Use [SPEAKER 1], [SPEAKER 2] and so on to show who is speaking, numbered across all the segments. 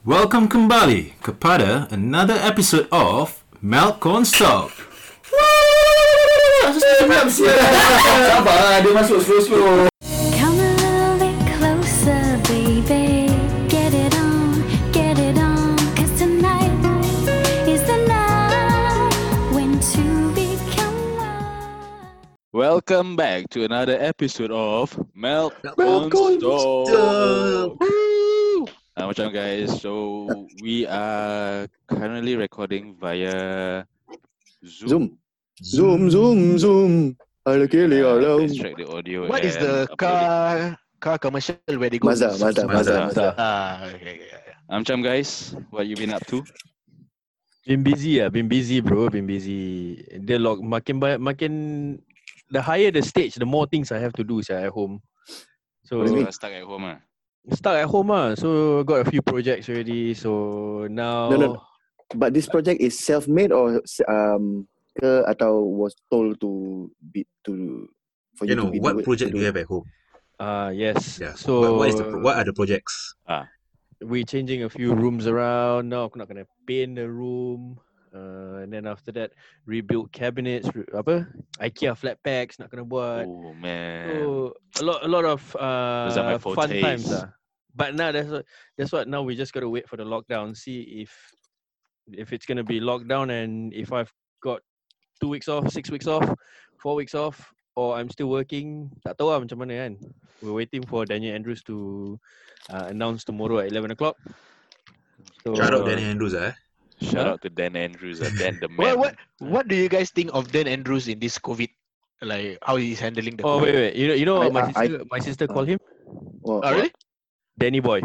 [SPEAKER 1] Welcome kembali kepada another episode of Melkon Talk. Wah, Rasa senyap
[SPEAKER 2] Sabar dia masuk slow-slow
[SPEAKER 3] Come a little bit closer, baby. Get it on, get it on. Cause tonight is the night when two become one.
[SPEAKER 4] Welcome back to another episode of Melt on
[SPEAKER 2] Meltdown
[SPEAKER 4] Stone. Uh, macam guys, so we are currently recording via Zoom.
[SPEAKER 2] Zoom Zoom zoom zoom Ala kili
[SPEAKER 4] Uh,
[SPEAKER 2] ala
[SPEAKER 4] let's check the audio.
[SPEAKER 5] What is
[SPEAKER 4] and
[SPEAKER 5] the
[SPEAKER 4] upload it.
[SPEAKER 5] car car commercial where they go?
[SPEAKER 2] Mazda Mazda Mazda Mazda
[SPEAKER 5] Ah, okay, okay, okay.
[SPEAKER 4] Uh, macam guys, what you been up to?
[SPEAKER 6] Been busy ah, been busy bro, been busy. The log makin banyak makin the higher the stage, the more things I have to do sia at home. So
[SPEAKER 2] What
[SPEAKER 4] So,
[SPEAKER 2] do you mean?
[SPEAKER 4] uh, stuck at home ah.
[SPEAKER 6] stuck at home ah. So got a few projects already. So now
[SPEAKER 2] No, no, no. But this project is self-made or um, ke atau was told to be to for
[SPEAKER 7] You
[SPEAKER 2] you,
[SPEAKER 7] know,
[SPEAKER 2] to be
[SPEAKER 7] what project do you have at home?
[SPEAKER 6] Ah, yes.
[SPEAKER 7] Yeah.
[SPEAKER 6] So
[SPEAKER 7] what, what is the pro- what are the projects?
[SPEAKER 6] we changing a few rooms around. Now aku nak kena paint the room. Uh, and then after that rebuild cabinets, re- apa? IKEA flat packs nak kena buat.
[SPEAKER 4] Oh man.
[SPEAKER 6] So a lot, a lot of uh,
[SPEAKER 4] are my
[SPEAKER 6] fun times.
[SPEAKER 4] fortes.
[SPEAKER 6] ah. But now that's what, that's what now we just gotta wait for the lockdown. See if if it's gonna be lockdown and if I've got two weeks off, six weeks off, four weeks off, or I'm still working. Tak tahu lah macam mana kan. We're waiting for Daniel Andrews to uh, announce tomorrow at 11 o'clock. So,
[SPEAKER 7] Shout out Danny Andrews ah. eh.
[SPEAKER 4] Shout out to Dan Andrews, ah, Dan the
[SPEAKER 5] What
[SPEAKER 4] man.
[SPEAKER 5] what what do you guys think of Dan Andrews in this COVID? Like how he's handling the
[SPEAKER 6] Oh wait,
[SPEAKER 5] COVID?
[SPEAKER 6] wait. You know, you know
[SPEAKER 2] I-
[SPEAKER 6] what my
[SPEAKER 2] I-
[SPEAKER 6] sister, my sister called him
[SPEAKER 2] Oh,
[SPEAKER 4] Ah,
[SPEAKER 5] Oh, really?
[SPEAKER 6] Danny Boy.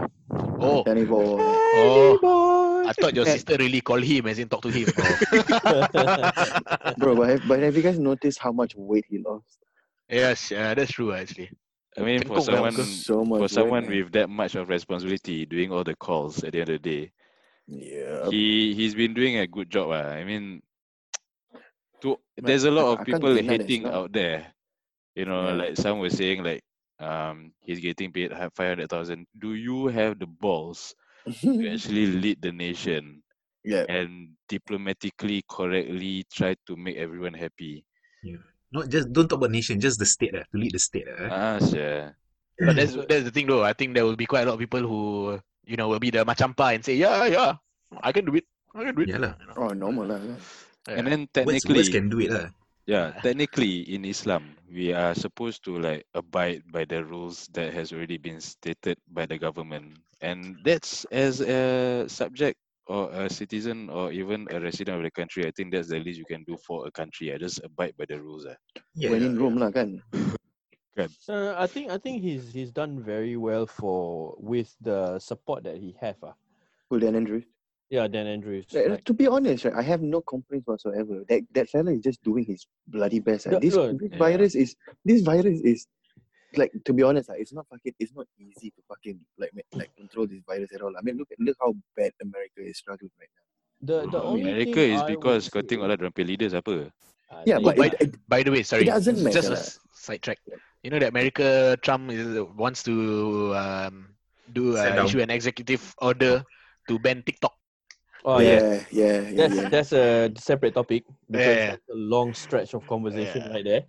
[SPEAKER 5] Oh,
[SPEAKER 2] Danny Boy
[SPEAKER 5] oh.
[SPEAKER 6] Boy.
[SPEAKER 5] I thought your sister really called him as in talk to him. Oh.
[SPEAKER 2] Bro but have, but have you guys noticed how much weight he lost?
[SPEAKER 5] yes, yeah, that's true actually.
[SPEAKER 4] I mean, for someone
[SPEAKER 2] He
[SPEAKER 5] Kentong lah,
[SPEAKER 2] lost so much
[SPEAKER 4] for
[SPEAKER 2] weight,
[SPEAKER 4] someone
[SPEAKER 2] man.
[SPEAKER 4] with that much of responsibility, doing all the calls at the end of the day,
[SPEAKER 2] Yeah
[SPEAKER 4] he he's been doing a good job. Ah, I mean, to,
[SPEAKER 2] But
[SPEAKER 4] there's a
[SPEAKER 2] I-
[SPEAKER 4] lot
[SPEAKER 2] I
[SPEAKER 4] of
[SPEAKER 2] can't
[SPEAKER 4] people
[SPEAKER 2] deny that it's
[SPEAKER 4] hating
[SPEAKER 2] not-
[SPEAKER 4] out there. You know,
[SPEAKER 2] Yeah.
[SPEAKER 4] like some were saying, like um, he's getting paid five hundred thousand. Do you have the balls
[SPEAKER 2] Mm-hmm.
[SPEAKER 4] to actually lead the nation
[SPEAKER 2] Yeah
[SPEAKER 4] and diplomatically, correctly try to make everyone happy?
[SPEAKER 7] Not just don't talk about nation, just the state ah, to lead the state ah. eh.
[SPEAKER 4] Ah, sure.
[SPEAKER 5] But that's that's the thing though. I think there will be quite a lot of people who you know will be the macampa and say, yeah, yeah, I can do it. I can do it.
[SPEAKER 7] Yeah lah.
[SPEAKER 5] You know?
[SPEAKER 2] Oh normal lah
[SPEAKER 4] And then
[SPEAKER 7] Words,
[SPEAKER 4] technically,
[SPEAKER 7] words can do it lah.
[SPEAKER 4] Yeah, technically in Islam, we are supposed to like abide by the rules that has already been stated by the government. And that's as a subject or a citizen or even a resident of the country, I think that's the least you can do for a country. I just abide by the rules. ah.
[SPEAKER 7] Yeah.
[SPEAKER 2] When in Rome lah kan
[SPEAKER 6] Uh, I think I think he's he's done very well for with the support that he have. Ah,
[SPEAKER 2] Who Dan Andrews
[SPEAKER 6] yeah, Dan Andrews.
[SPEAKER 2] Like,
[SPEAKER 6] like-
[SPEAKER 2] to be honest, right, I have no complaints whatsoever. That that fella is just doing his bloody best. Right?
[SPEAKER 6] Yeah,
[SPEAKER 2] This,
[SPEAKER 6] sure.
[SPEAKER 2] this
[SPEAKER 4] Yeah.
[SPEAKER 2] virus is this virus is like to be honest, like, it's not fucking it's not easy to fucking like ma- like control this virus at all. I mean look at look how bad America is struggling right now.
[SPEAKER 6] the the only
[SPEAKER 4] America
[SPEAKER 6] thing
[SPEAKER 4] is
[SPEAKER 6] I would
[SPEAKER 4] because kau
[SPEAKER 6] say
[SPEAKER 4] tengok lah dorang punya leaders apa.
[SPEAKER 6] I
[SPEAKER 2] Yeah,
[SPEAKER 6] think
[SPEAKER 2] but
[SPEAKER 5] by,
[SPEAKER 2] it, it-
[SPEAKER 5] by the way, sorry,
[SPEAKER 2] doesn't
[SPEAKER 5] Just
[SPEAKER 2] matter
[SPEAKER 5] a
[SPEAKER 2] lah.
[SPEAKER 5] s- sidetrack. You know that America Trump is, wants to um, do
[SPEAKER 7] Send
[SPEAKER 5] uh,
[SPEAKER 7] down.
[SPEAKER 5] issue an executive order to ban TikTok.
[SPEAKER 6] oh yeah,
[SPEAKER 2] yeah, yeah, yeah,
[SPEAKER 6] that's
[SPEAKER 2] yeah.
[SPEAKER 6] that's a separate topic because
[SPEAKER 5] Yeah.
[SPEAKER 6] that's a long stretch of conversation
[SPEAKER 5] Yeah.
[SPEAKER 6] right there.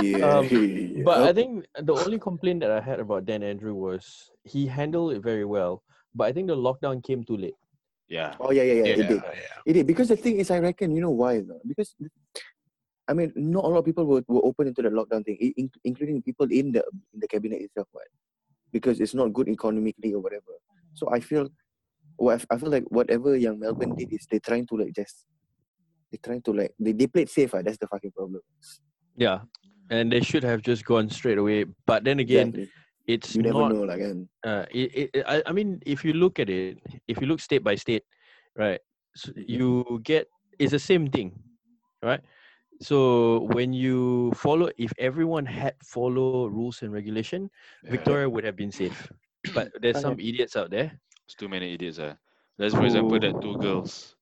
[SPEAKER 2] yeah,
[SPEAKER 6] Um,
[SPEAKER 2] yeah.
[SPEAKER 6] But
[SPEAKER 2] Oh,
[SPEAKER 6] I think the only complaint that I had about Dan Andrew was he handled it very well, but I think the lockdown came too late.
[SPEAKER 4] Yeah.
[SPEAKER 2] Oh yeah, yeah, yeah, it did.
[SPEAKER 5] yeah.
[SPEAKER 2] It did because the thing is, I reckon you know why or not? because I mean, not a lot of people were, were open into the lockdown thing, in- in- including people in the in the cabinet itself, right? Because it's not good economically or whatever. So I feel, well, I f- I feel like whatever young Melbourne did is they're trying to like just they're trying to like they, they played safe. Ah, that's the fucking problem.
[SPEAKER 6] Yeah, and they should have just gone straight away. But then again,
[SPEAKER 2] Exactly.
[SPEAKER 6] it's
[SPEAKER 2] you never
[SPEAKER 6] not
[SPEAKER 2] know, like, and
[SPEAKER 6] uh, it, it, it- I, I mean, if you look at it, if you look state by state, right, so you get it's the same thing, right? So when you follow, if everyone had follow rules and regulation, Victoria would have been safe. But there's some idiots out there.
[SPEAKER 4] It's too many idiots. Ah. That's for example
[SPEAKER 2] Ooh.
[SPEAKER 4] that two girls.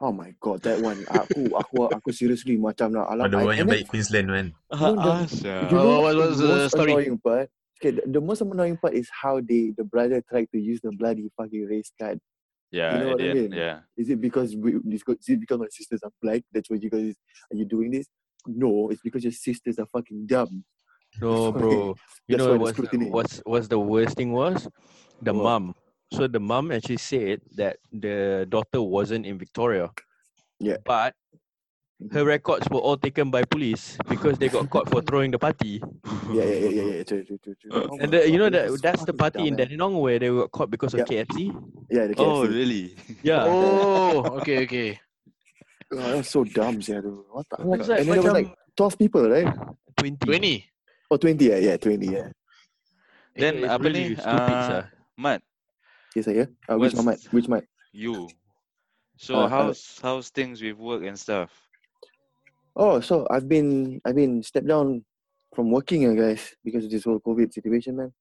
[SPEAKER 2] oh my god, that one, aku, aku, aku seriously macam lah. Alam,
[SPEAKER 7] Ada
[SPEAKER 2] I-
[SPEAKER 7] orang yang
[SPEAKER 2] and
[SPEAKER 7] baik Queensland man.
[SPEAKER 2] No, the-
[SPEAKER 4] Ah, sia.
[SPEAKER 2] then, you know
[SPEAKER 5] What
[SPEAKER 2] what
[SPEAKER 5] was
[SPEAKER 2] was
[SPEAKER 5] the
[SPEAKER 2] the most
[SPEAKER 5] story?
[SPEAKER 2] annoying part? Okay, the, the most annoying part is how they the brother tried to use the bloody fucking race card.
[SPEAKER 4] Yeah,
[SPEAKER 2] know
[SPEAKER 4] at the
[SPEAKER 2] what I
[SPEAKER 4] end,
[SPEAKER 2] mean?
[SPEAKER 4] yeah.
[SPEAKER 2] Is it because we is it because my sisters are black? That's why you guys are you doing this? No, it's because your sisters are fucking dumb.
[SPEAKER 6] No,
[SPEAKER 2] Sorry.
[SPEAKER 6] bro.
[SPEAKER 2] That's why
[SPEAKER 6] You know
[SPEAKER 2] the
[SPEAKER 6] what's,
[SPEAKER 2] scrutiny.
[SPEAKER 6] what's what's the worst thing was the
[SPEAKER 2] What?
[SPEAKER 6] mum. So the mum actually said that the daughter wasn't in Victoria.
[SPEAKER 2] Yeah. Mm-hmm.
[SPEAKER 6] But her records were all taken by police because they got caught for throwing the party.
[SPEAKER 2] Yeah, yeah, yeah, yeah, yeah. True, true, true, true. Oh
[SPEAKER 6] And
[SPEAKER 2] my
[SPEAKER 6] the, you know
[SPEAKER 2] God,
[SPEAKER 6] that
[SPEAKER 2] this is
[SPEAKER 6] that's the
[SPEAKER 2] fucking
[SPEAKER 6] party in
[SPEAKER 2] dumb, man.
[SPEAKER 6] Dandenong where they were caught because of
[SPEAKER 2] Yep.
[SPEAKER 6] KFC.
[SPEAKER 2] Yeah, the KFC.
[SPEAKER 4] Oh, really?
[SPEAKER 6] Yeah.
[SPEAKER 5] Oh, okay, okay.
[SPEAKER 2] God, that was Oh, so dumb, yeah, dude. What the?
[SPEAKER 6] It's like
[SPEAKER 2] and then there were like 12
[SPEAKER 6] macam
[SPEAKER 2] people, right?
[SPEAKER 6] 20.
[SPEAKER 5] Twenty.
[SPEAKER 2] Oh, 20, yeah, yeah, 20, yeah.
[SPEAKER 4] Then
[SPEAKER 5] eh,
[SPEAKER 6] It's
[SPEAKER 7] uh,
[SPEAKER 4] apa
[SPEAKER 6] really
[SPEAKER 4] ni?
[SPEAKER 6] stupid,
[SPEAKER 4] Ah,
[SPEAKER 6] sir.
[SPEAKER 4] Mat,
[SPEAKER 2] Yes, yeah. Uh, which
[SPEAKER 4] What's-
[SPEAKER 2] mic? Which mic?
[SPEAKER 4] you. So
[SPEAKER 2] Uh, uh,
[SPEAKER 4] how's how's things with work and stuff?
[SPEAKER 2] Oh, so I've been I've been stepped down from working, uh, guys, because of this whole COVID situation, man.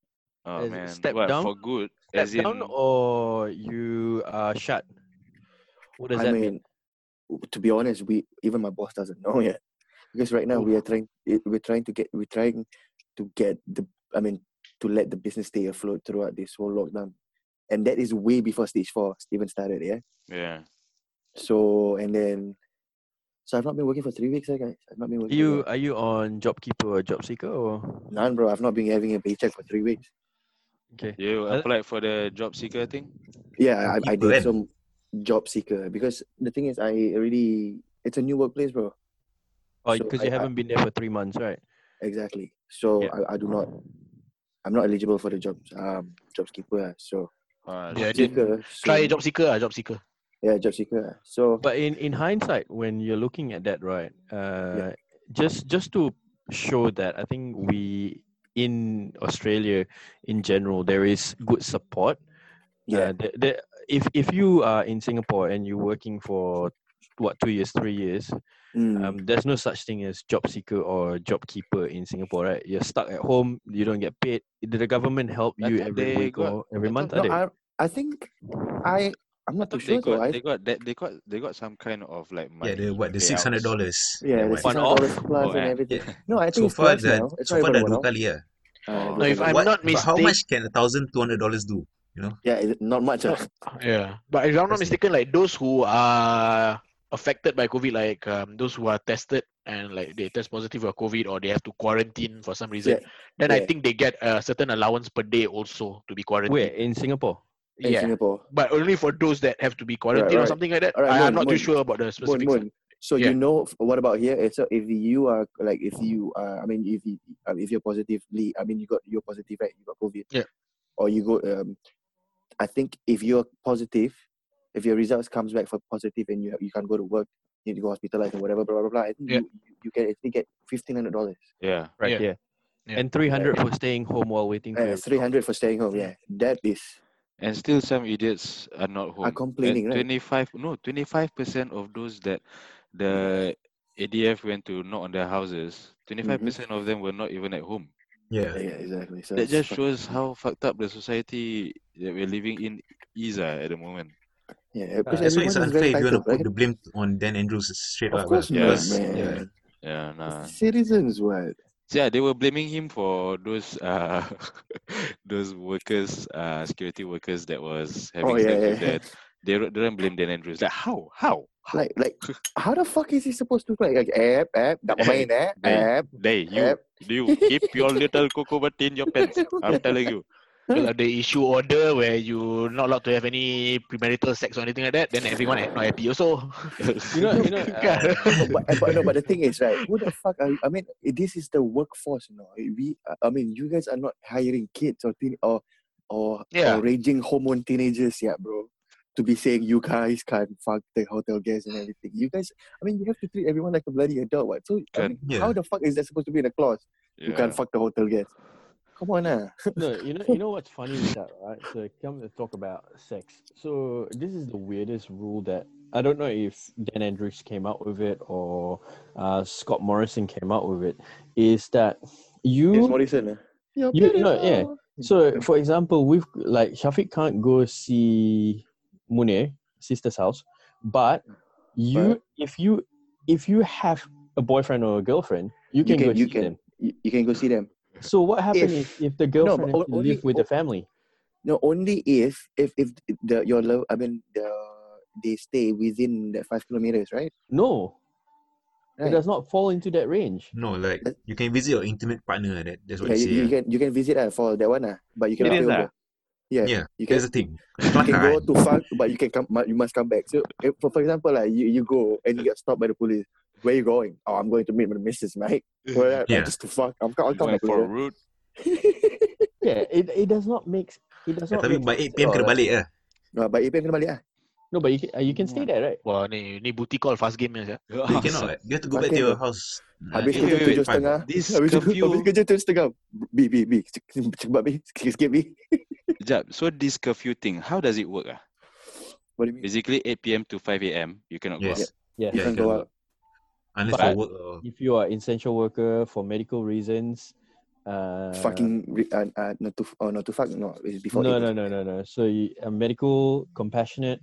[SPEAKER 4] Oh
[SPEAKER 6] As in
[SPEAKER 4] man,
[SPEAKER 6] step
[SPEAKER 4] what
[SPEAKER 6] down?
[SPEAKER 4] for good?
[SPEAKER 6] Step
[SPEAKER 4] as in,
[SPEAKER 6] down or you are shut? What does
[SPEAKER 2] I
[SPEAKER 6] that
[SPEAKER 2] mean,
[SPEAKER 6] mean?
[SPEAKER 2] w- to be honest, we even my boss doesn't know yet, because right now we are trying i- we're trying to get we're trying to get the I mean to let the business stay afloat throughout this whole lockdown, and that is way before stage four even started, yeah.
[SPEAKER 4] yeah.
[SPEAKER 2] So and then, so I've not been working for three weeks, eh, guys. I've not been
[SPEAKER 6] Are
[SPEAKER 2] working.
[SPEAKER 6] you are you on JobKeeper or JobSeeker or
[SPEAKER 2] none, bro. I've not been having a paycheck for three weeks.
[SPEAKER 6] okay?
[SPEAKER 4] You
[SPEAKER 6] Uh,
[SPEAKER 4] applied for the job seeker thing?
[SPEAKER 2] Yeah, I, I
[SPEAKER 7] Keeper,
[SPEAKER 2] did
[SPEAKER 7] kan?
[SPEAKER 2] some job seeker because the thing is, I really it's a new workplace, bro.
[SPEAKER 6] Oh,
[SPEAKER 2] So
[SPEAKER 6] because
[SPEAKER 2] I-
[SPEAKER 6] you
[SPEAKER 2] I-
[SPEAKER 6] haven't been there for three months, right?
[SPEAKER 2] Exactly. So
[SPEAKER 6] Yeah.
[SPEAKER 2] I, I do not. I'm not eligible for the job um job seeker. So
[SPEAKER 4] Uh,
[SPEAKER 5] Yeah, I did.
[SPEAKER 2] seeker, so
[SPEAKER 5] Try job seeker, ah, job seeker.
[SPEAKER 2] Yeah, job seeker. ah. So
[SPEAKER 6] But in in hindsight, when you're looking at that, right? Uh, just just to show that I think we in Australia in general there is good support.
[SPEAKER 2] yeah,
[SPEAKER 6] Uh, the, the, if if you are in Singapore and you're working for what two years, three years,
[SPEAKER 2] mm,
[SPEAKER 6] um, there's no such thing as job seeker or job keeper in Singapore, right? You're stuck at home, you don't get paid. Did the government help
[SPEAKER 4] I
[SPEAKER 6] you
[SPEAKER 4] thought
[SPEAKER 6] every
[SPEAKER 4] they
[SPEAKER 6] week
[SPEAKER 4] got-
[SPEAKER 6] or every
[SPEAKER 4] I
[SPEAKER 6] month?
[SPEAKER 2] no,
[SPEAKER 6] Are they?
[SPEAKER 2] I I think I I'm
[SPEAKER 4] I
[SPEAKER 2] not too
[SPEAKER 4] thought they
[SPEAKER 2] sure.
[SPEAKER 4] got
[SPEAKER 2] Though. I
[SPEAKER 4] they got that they got they got some kind of like money.
[SPEAKER 7] Yeah, the what the
[SPEAKER 4] payouts.
[SPEAKER 7] six hundred dollars.
[SPEAKER 2] yeah, the
[SPEAKER 6] one
[SPEAKER 2] six hundred
[SPEAKER 6] off?
[SPEAKER 2] dollars plus
[SPEAKER 4] Oh,
[SPEAKER 2] and
[SPEAKER 4] eh,
[SPEAKER 2] everything.
[SPEAKER 7] yeah.
[SPEAKER 2] No, I think
[SPEAKER 7] So
[SPEAKER 2] it's
[SPEAKER 7] far
[SPEAKER 2] plus
[SPEAKER 7] dah,
[SPEAKER 2] now. It's
[SPEAKER 7] so
[SPEAKER 2] not
[SPEAKER 7] far
[SPEAKER 2] even
[SPEAKER 7] dah
[SPEAKER 2] one
[SPEAKER 7] dua
[SPEAKER 2] off.
[SPEAKER 7] kali ya.
[SPEAKER 2] Uh,
[SPEAKER 4] Oh.
[SPEAKER 2] dua
[SPEAKER 5] No, if
[SPEAKER 2] kali.
[SPEAKER 5] I'm
[SPEAKER 7] What,
[SPEAKER 5] not
[SPEAKER 7] but how
[SPEAKER 5] mistake-
[SPEAKER 7] much can a thousand two hundred dollars do? You know,
[SPEAKER 2] yeah, is it not much. ah?
[SPEAKER 5] Yeah, but if I'm not
[SPEAKER 7] That's it.
[SPEAKER 5] mistaken, like those who are affected by COVID, like um, those who are tested and like they test positive for COVID or they have to quarantine for some reason,
[SPEAKER 2] Yeah,
[SPEAKER 5] then I
[SPEAKER 2] yeah.
[SPEAKER 5] think they get a certain allowance per day also to be quarantined.
[SPEAKER 6] Where in Singapore?
[SPEAKER 2] in
[SPEAKER 5] Yeah,
[SPEAKER 2] Singapore.
[SPEAKER 5] but only for those that have to be quarantined or
[SPEAKER 2] right.
[SPEAKER 5] something like that.
[SPEAKER 2] Alright,
[SPEAKER 5] I, I'm
[SPEAKER 2] Moon,
[SPEAKER 5] not too
[SPEAKER 2] Moon.
[SPEAKER 5] sure about the
[SPEAKER 2] Moon,
[SPEAKER 5] specifics.
[SPEAKER 2] Moon. So
[SPEAKER 5] Yeah.
[SPEAKER 2] you know f- what about here? eh, So if you are like, if you are, I mean, if you, uh, if you're positively, I mean, you got you're positive, right? You got COVID.
[SPEAKER 5] Yeah.
[SPEAKER 2] Or you go. Um, I think if you're positive, if your results comes back for positive and you you can't go to work, you need to go hospitalized and whatever, blah blah blah. I think
[SPEAKER 5] Yeah.
[SPEAKER 2] you you can actually get fifteen hundred dollars.
[SPEAKER 4] yeah.
[SPEAKER 6] Right. Yeah.
[SPEAKER 5] Yeah.
[SPEAKER 6] And three hundred for staying home while waiting for
[SPEAKER 2] Uh,
[SPEAKER 6] your
[SPEAKER 2] Three hundred for staying home. Yeah, that is.
[SPEAKER 4] And still some idiots are not home.
[SPEAKER 2] complaining, right?
[SPEAKER 4] Twenty five no, twenty five percent of those that the ADF went to knock on their houses, twenty five percent of them were not even at home.
[SPEAKER 7] yeah.
[SPEAKER 2] Yeah, exactly. So
[SPEAKER 4] That
[SPEAKER 2] it's
[SPEAKER 4] just
[SPEAKER 2] fuck-
[SPEAKER 4] shows how fucked up the society that we're living in is ah, at the moment.
[SPEAKER 2] Yeah, because
[SPEAKER 7] That's
[SPEAKER 2] everyone
[SPEAKER 7] why Uh, it's
[SPEAKER 2] is very
[SPEAKER 7] unfair if you want to
[SPEAKER 2] titled,
[SPEAKER 7] put
[SPEAKER 2] right?
[SPEAKER 7] the blame on Dan Andrews straight
[SPEAKER 2] Of
[SPEAKER 7] up.
[SPEAKER 2] course
[SPEAKER 4] Yeah.
[SPEAKER 2] not,
[SPEAKER 7] because, Yeah,
[SPEAKER 2] man.
[SPEAKER 4] Yeah,
[SPEAKER 2] It's
[SPEAKER 4] nah.
[SPEAKER 2] the citizens, what?
[SPEAKER 4] So, yeah, they were blaming him for those uh those workers, uh security workers that was having
[SPEAKER 2] Oh, yeah,
[SPEAKER 4] sex with
[SPEAKER 2] yeah.
[SPEAKER 4] that. They don't- they don't blame Dan Andrews. Like how? How? How?
[SPEAKER 2] Like, like, how the fuck is he supposed to play? Like, app, app, tak main, eh?
[SPEAKER 4] Hey,
[SPEAKER 2] App,
[SPEAKER 4] They you
[SPEAKER 2] app.
[SPEAKER 4] you keep your little cocoa butt in your pants. I'm telling you.
[SPEAKER 5] Because of the issue order where you're not allowed to have any premarital sex or anything like that, then everyone not happy also.
[SPEAKER 6] You know, you know, uh,
[SPEAKER 2] No, but, eh, but no, but the thing is, right? Who the fuck are you? I mean, eh, this is the workforce, you know. eh, We, uh, I mean, you guys are not hiring kids or teen or or,
[SPEAKER 5] Yeah.
[SPEAKER 2] or raging hormone teenagers, yeah, bro. To be saying you guys can't fuck the hotel guests and everything. You guys, I mean, you have to treat everyone like a bloody adult, what? So, I
[SPEAKER 4] Can-
[SPEAKER 2] mean,
[SPEAKER 7] Yeah.
[SPEAKER 2] how the fuck is that supposed to be in a clause? You
[SPEAKER 4] Yeah.
[SPEAKER 2] can't fuck the hotel guests. Come on, ah.
[SPEAKER 6] no, you know, you know what's funny with that, right? So come to talk about sex. So this is the weirdest rule that I don't know if Dan Andrews came out with it or uh, Scott Morrison came out with it. Is that you?
[SPEAKER 2] Yes, Morrison. eh? You're
[SPEAKER 6] You- no, yeah.
[SPEAKER 2] beautiful.
[SPEAKER 6] So, for example, we've like Shafiq can't go see Munir sister's house, but you, if you, if you have a boyfriend or a girlfriend, you
[SPEAKER 2] You
[SPEAKER 6] can,
[SPEAKER 2] can-
[SPEAKER 6] go
[SPEAKER 2] you
[SPEAKER 6] see
[SPEAKER 2] can.
[SPEAKER 6] them.
[SPEAKER 2] You, you can go see them.
[SPEAKER 6] So what happened
[SPEAKER 2] If-
[SPEAKER 6] if, if the
[SPEAKER 2] but
[SPEAKER 6] girlfriend
[SPEAKER 2] o-
[SPEAKER 6] has to
[SPEAKER 2] only-
[SPEAKER 6] live with the
[SPEAKER 2] o-
[SPEAKER 6] family?
[SPEAKER 2] No, only if if if the your love. I mean the they stay within that five kilometers, right?
[SPEAKER 6] No, it
[SPEAKER 2] Right.
[SPEAKER 6] does not fall into that range.
[SPEAKER 7] No, like you can visit your intimate partner. That that's what
[SPEAKER 2] yeah,
[SPEAKER 7] they
[SPEAKER 2] you,
[SPEAKER 7] say.
[SPEAKER 2] you
[SPEAKER 7] yeah.
[SPEAKER 2] can you can visit uh, for that one uh, but you cannot
[SPEAKER 4] Serious
[SPEAKER 2] stay
[SPEAKER 4] ah?
[SPEAKER 2] over. Yeah,
[SPEAKER 7] Yeah,
[SPEAKER 2] you
[SPEAKER 7] that's
[SPEAKER 2] can
[SPEAKER 7] the thing.
[SPEAKER 2] you can go
[SPEAKER 7] Kelakar. kan?
[SPEAKER 2] to fuck, but you can come. but You must come back. So, eh, for, for example, like you, you go and you get stopped by the police. Where you going? Oh, I'm going to meet my missus, mate. Well, yeah.
[SPEAKER 7] Yeah.
[SPEAKER 2] just to fuck. I'm, co- I'll come
[SPEAKER 4] Going
[SPEAKER 2] back
[SPEAKER 4] for a
[SPEAKER 2] later.
[SPEAKER 4] route.
[SPEAKER 6] Yeah, it, it does not make s- it does
[SPEAKER 7] Yeah,
[SPEAKER 6] not.
[SPEAKER 7] tapi
[SPEAKER 6] make
[SPEAKER 7] by
[SPEAKER 6] sense at
[SPEAKER 7] 8 p.m. kena
[SPEAKER 2] oh,
[SPEAKER 6] all, right?
[SPEAKER 7] balik lah.
[SPEAKER 2] Uh, but Ipan kena balik ah.
[SPEAKER 6] No, but you can, uh, you can stay there, right?
[SPEAKER 5] Wah ni ni booty call fast game ni. sia.
[SPEAKER 7] No,
[SPEAKER 2] oh,
[SPEAKER 7] you cannot. Like, you have to go back to
[SPEAKER 2] Makin
[SPEAKER 7] your
[SPEAKER 2] lah.
[SPEAKER 7] house. uh,
[SPEAKER 2] Habis
[SPEAKER 7] eight-
[SPEAKER 2] kerja
[SPEAKER 4] wait, wait,
[SPEAKER 2] tujuh
[SPEAKER 7] five.
[SPEAKER 2] setengah.
[SPEAKER 4] This
[SPEAKER 2] Habis kerja- Habis
[SPEAKER 4] curfew,
[SPEAKER 2] kerja tujuh setengah. B, B, B. Cepat B. Sikit-sikit B.
[SPEAKER 4] Jap, so this curfew thing, how does it work? Ah,
[SPEAKER 2] What do you mean?
[SPEAKER 4] basically 8 p.m. to 5 a.m. You cannot go.
[SPEAKER 7] Yes.
[SPEAKER 4] out.
[SPEAKER 6] Yeah.
[SPEAKER 2] You
[SPEAKER 7] Yeah,
[SPEAKER 2] can't
[SPEAKER 7] you
[SPEAKER 2] go
[SPEAKER 7] cannot
[SPEAKER 2] out.
[SPEAKER 7] Unless
[SPEAKER 6] But-
[SPEAKER 7] for work oh. or
[SPEAKER 6] If you are essential worker for medical reasons, uh,
[SPEAKER 2] Fucking re- uh, uh, not to oh, not to fuck no it's before
[SPEAKER 6] no,
[SPEAKER 2] eight.
[SPEAKER 6] no, no, no, no. So you, uh, medical, compassionate.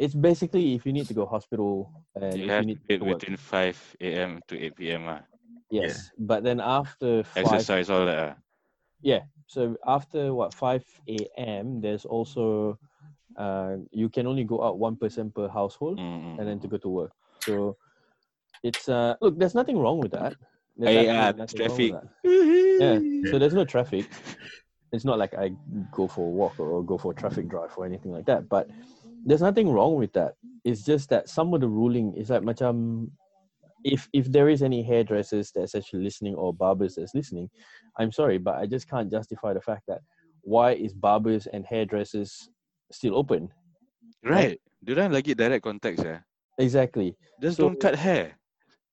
[SPEAKER 6] It's basically if you need to go hospital and
[SPEAKER 4] You
[SPEAKER 6] if
[SPEAKER 4] have to
[SPEAKER 6] you need
[SPEAKER 4] do
[SPEAKER 6] to
[SPEAKER 4] it
[SPEAKER 6] work.
[SPEAKER 4] between 5 a.m. to 8 p.m. Ah,
[SPEAKER 6] Yes, but then after five,
[SPEAKER 4] exercise all that. ah.
[SPEAKER 6] so after what five a.m. There's also uh, you can only go out one person per household,
[SPEAKER 4] Mm, mm,
[SPEAKER 6] and then to
[SPEAKER 4] mm.
[SPEAKER 6] go to work. So it's uh look, there's nothing wrong with that.
[SPEAKER 4] Hey,
[SPEAKER 6] There's absolutely
[SPEAKER 4] ah, there's
[SPEAKER 6] nothing wrong with
[SPEAKER 4] traffic.
[SPEAKER 6] that. Yeah. So there's no traffic. It's not like I go for a walk or go for a traffic drive or anything like that. But there's nothing wrong with that. It's just that some of the ruling is like macam if if there is any hairdressers that's actually listening or barbers that's listening, I'm sorry, but I just can't justify the fact that why is barbers and hairdressers still open?
[SPEAKER 4] Right. Diorang lagi direct contacts ya.
[SPEAKER 6] Exactly.
[SPEAKER 4] Just
[SPEAKER 6] So-
[SPEAKER 4] don't cut hair.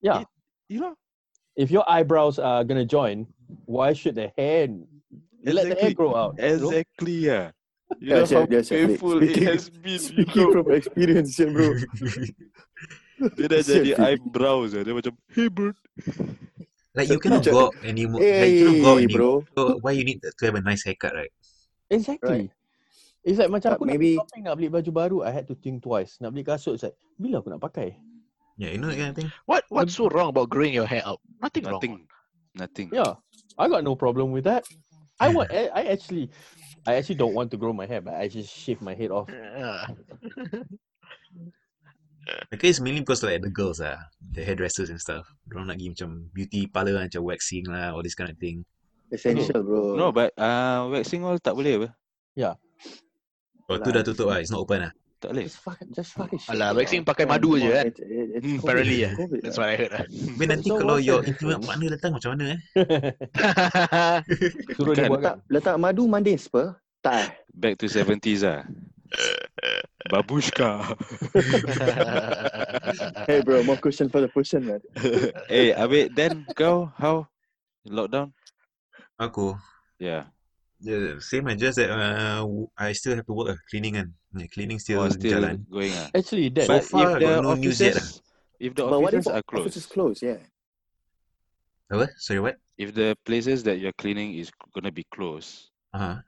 [SPEAKER 6] Yeah.
[SPEAKER 4] It- you know.
[SPEAKER 6] if your eyebrows are gonna join, why should the hair let the
[SPEAKER 4] Exactly.
[SPEAKER 6] hair grow out? you know?
[SPEAKER 4] Exactly yeah. You
[SPEAKER 2] Yeah,
[SPEAKER 4] know
[SPEAKER 2] Jeff,
[SPEAKER 4] how
[SPEAKER 2] yeah, Jeff, wait.
[SPEAKER 4] painful it
[SPEAKER 2] Speaking-
[SPEAKER 4] has been. You
[SPEAKER 2] Speaking
[SPEAKER 4] know.
[SPEAKER 2] from experience, yeah, bro.
[SPEAKER 4] Dia dah jadi
[SPEAKER 2] Jeff,
[SPEAKER 4] eyebrows ya. Dia macam hey bird.
[SPEAKER 7] like you
[SPEAKER 2] Tapi
[SPEAKER 7] cannot
[SPEAKER 2] macam-
[SPEAKER 7] go out anymore. like you cannot go out
[SPEAKER 2] Hey,
[SPEAKER 7] anymore.
[SPEAKER 2] bro.
[SPEAKER 7] So why you need to have a nice haircut, right?
[SPEAKER 6] Exactly. It's like macam
[SPEAKER 2] But
[SPEAKER 6] aku nak
[SPEAKER 2] maybe-
[SPEAKER 6] pergi shopping nak beli baju baru, I had to think twice. Nak beli kasut, it's like bila aku nak pakai?
[SPEAKER 7] Yeah, you know that kind of thing.
[SPEAKER 5] What what's so wrong about growing your hair out? Nothing, wrong.
[SPEAKER 4] Nothing. Nothing.
[SPEAKER 6] Yeah, I got no problem with that. I want. I I actually, I actually don't want to grow my hair, but I just shave my head off.
[SPEAKER 5] Yeah.
[SPEAKER 7] Okay, it's mainly because like the girls ah, the hairdressers and stuff. Diorang nak pergi macam beauty parlour macam waxing lah, all this kind of thing.
[SPEAKER 2] Essential, bro.
[SPEAKER 4] No, but uh, waxing all tak boleh apa?
[SPEAKER 7] Oh,
[SPEAKER 6] Alah.
[SPEAKER 7] tu
[SPEAKER 2] Lah.
[SPEAKER 7] dah tutup ah, it's not open ah.
[SPEAKER 4] Tak boleh.
[SPEAKER 6] Just fucking, just fucking shave.
[SPEAKER 5] Alah,
[SPEAKER 6] it
[SPEAKER 5] waxing
[SPEAKER 6] off.
[SPEAKER 5] pakai
[SPEAKER 2] Man,
[SPEAKER 5] madu
[SPEAKER 2] come
[SPEAKER 5] je
[SPEAKER 2] on,
[SPEAKER 5] kan.
[SPEAKER 2] it's- it- it's
[SPEAKER 4] Hmm,
[SPEAKER 2] COVID,
[SPEAKER 5] apparently,
[SPEAKER 2] it's
[SPEAKER 5] yeah.
[SPEAKER 2] COVID,
[SPEAKER 5] That's
[SPEAKER 2] lah.
[SPEAKER 5] what I heard. ah. lah.
[SPEAKER 7] Tapi nanti
[SPEAKER 6] so
[SPEAKER 7] kalau
[SPEAKER 6] what's
[SPEAKER 7] your
[SPEAKER 6] the
[SPEAKER 7] intimate
[SPEAKER 6] difference?
[SPEAKER 7] partner datang macam mana eh?
[SPEAKER 6] Suruh dia
[SPEAKER 4] Bukan.
[SPEAKER 6] buat
[SPEAKER 2] Letak, letak madu manis apa? Tak. eh?
[SPEAKER 4] Back to 70s ah. Babushka.
[SPEAKER 2] Hey bro, more question for the person man.
[SPEAKER 4] eh, abe then kau how lockdown?
[SPEAKER 7] Aku,
[SPEAKER 4] Yeah.
[SPEAKER 7] the same ah, just that uh, w- I still have to work ah, cleaning kan. Yeah, cleaning
[SPEAKER 4] Or
[SPEAKER 7] still
[SPEAKER 4] Oh, still
[SPEAKER 7] jalan.
[SPEAKER 4] going ah.
[SPEAKER 6] Actually, that
[SPEAKER 7] So
[SPEAKER 4] But if
[SPEAKER 7] far, I
[SPEAKER 4] the
[SPEAKER 7] got no news yet
[SPEAKER 4] offices if the
[SPEAKER 2] But what if
[SPEAKER 4] offices are closed,
[SPEAKER 2] offices closed? Yeah.
[SPEAKER 7] Apa? Sorry, what?
[SPEAKER 4] if the places that you're cleaning is gonna be closed,
[SPEAKER 7] Uh-huh.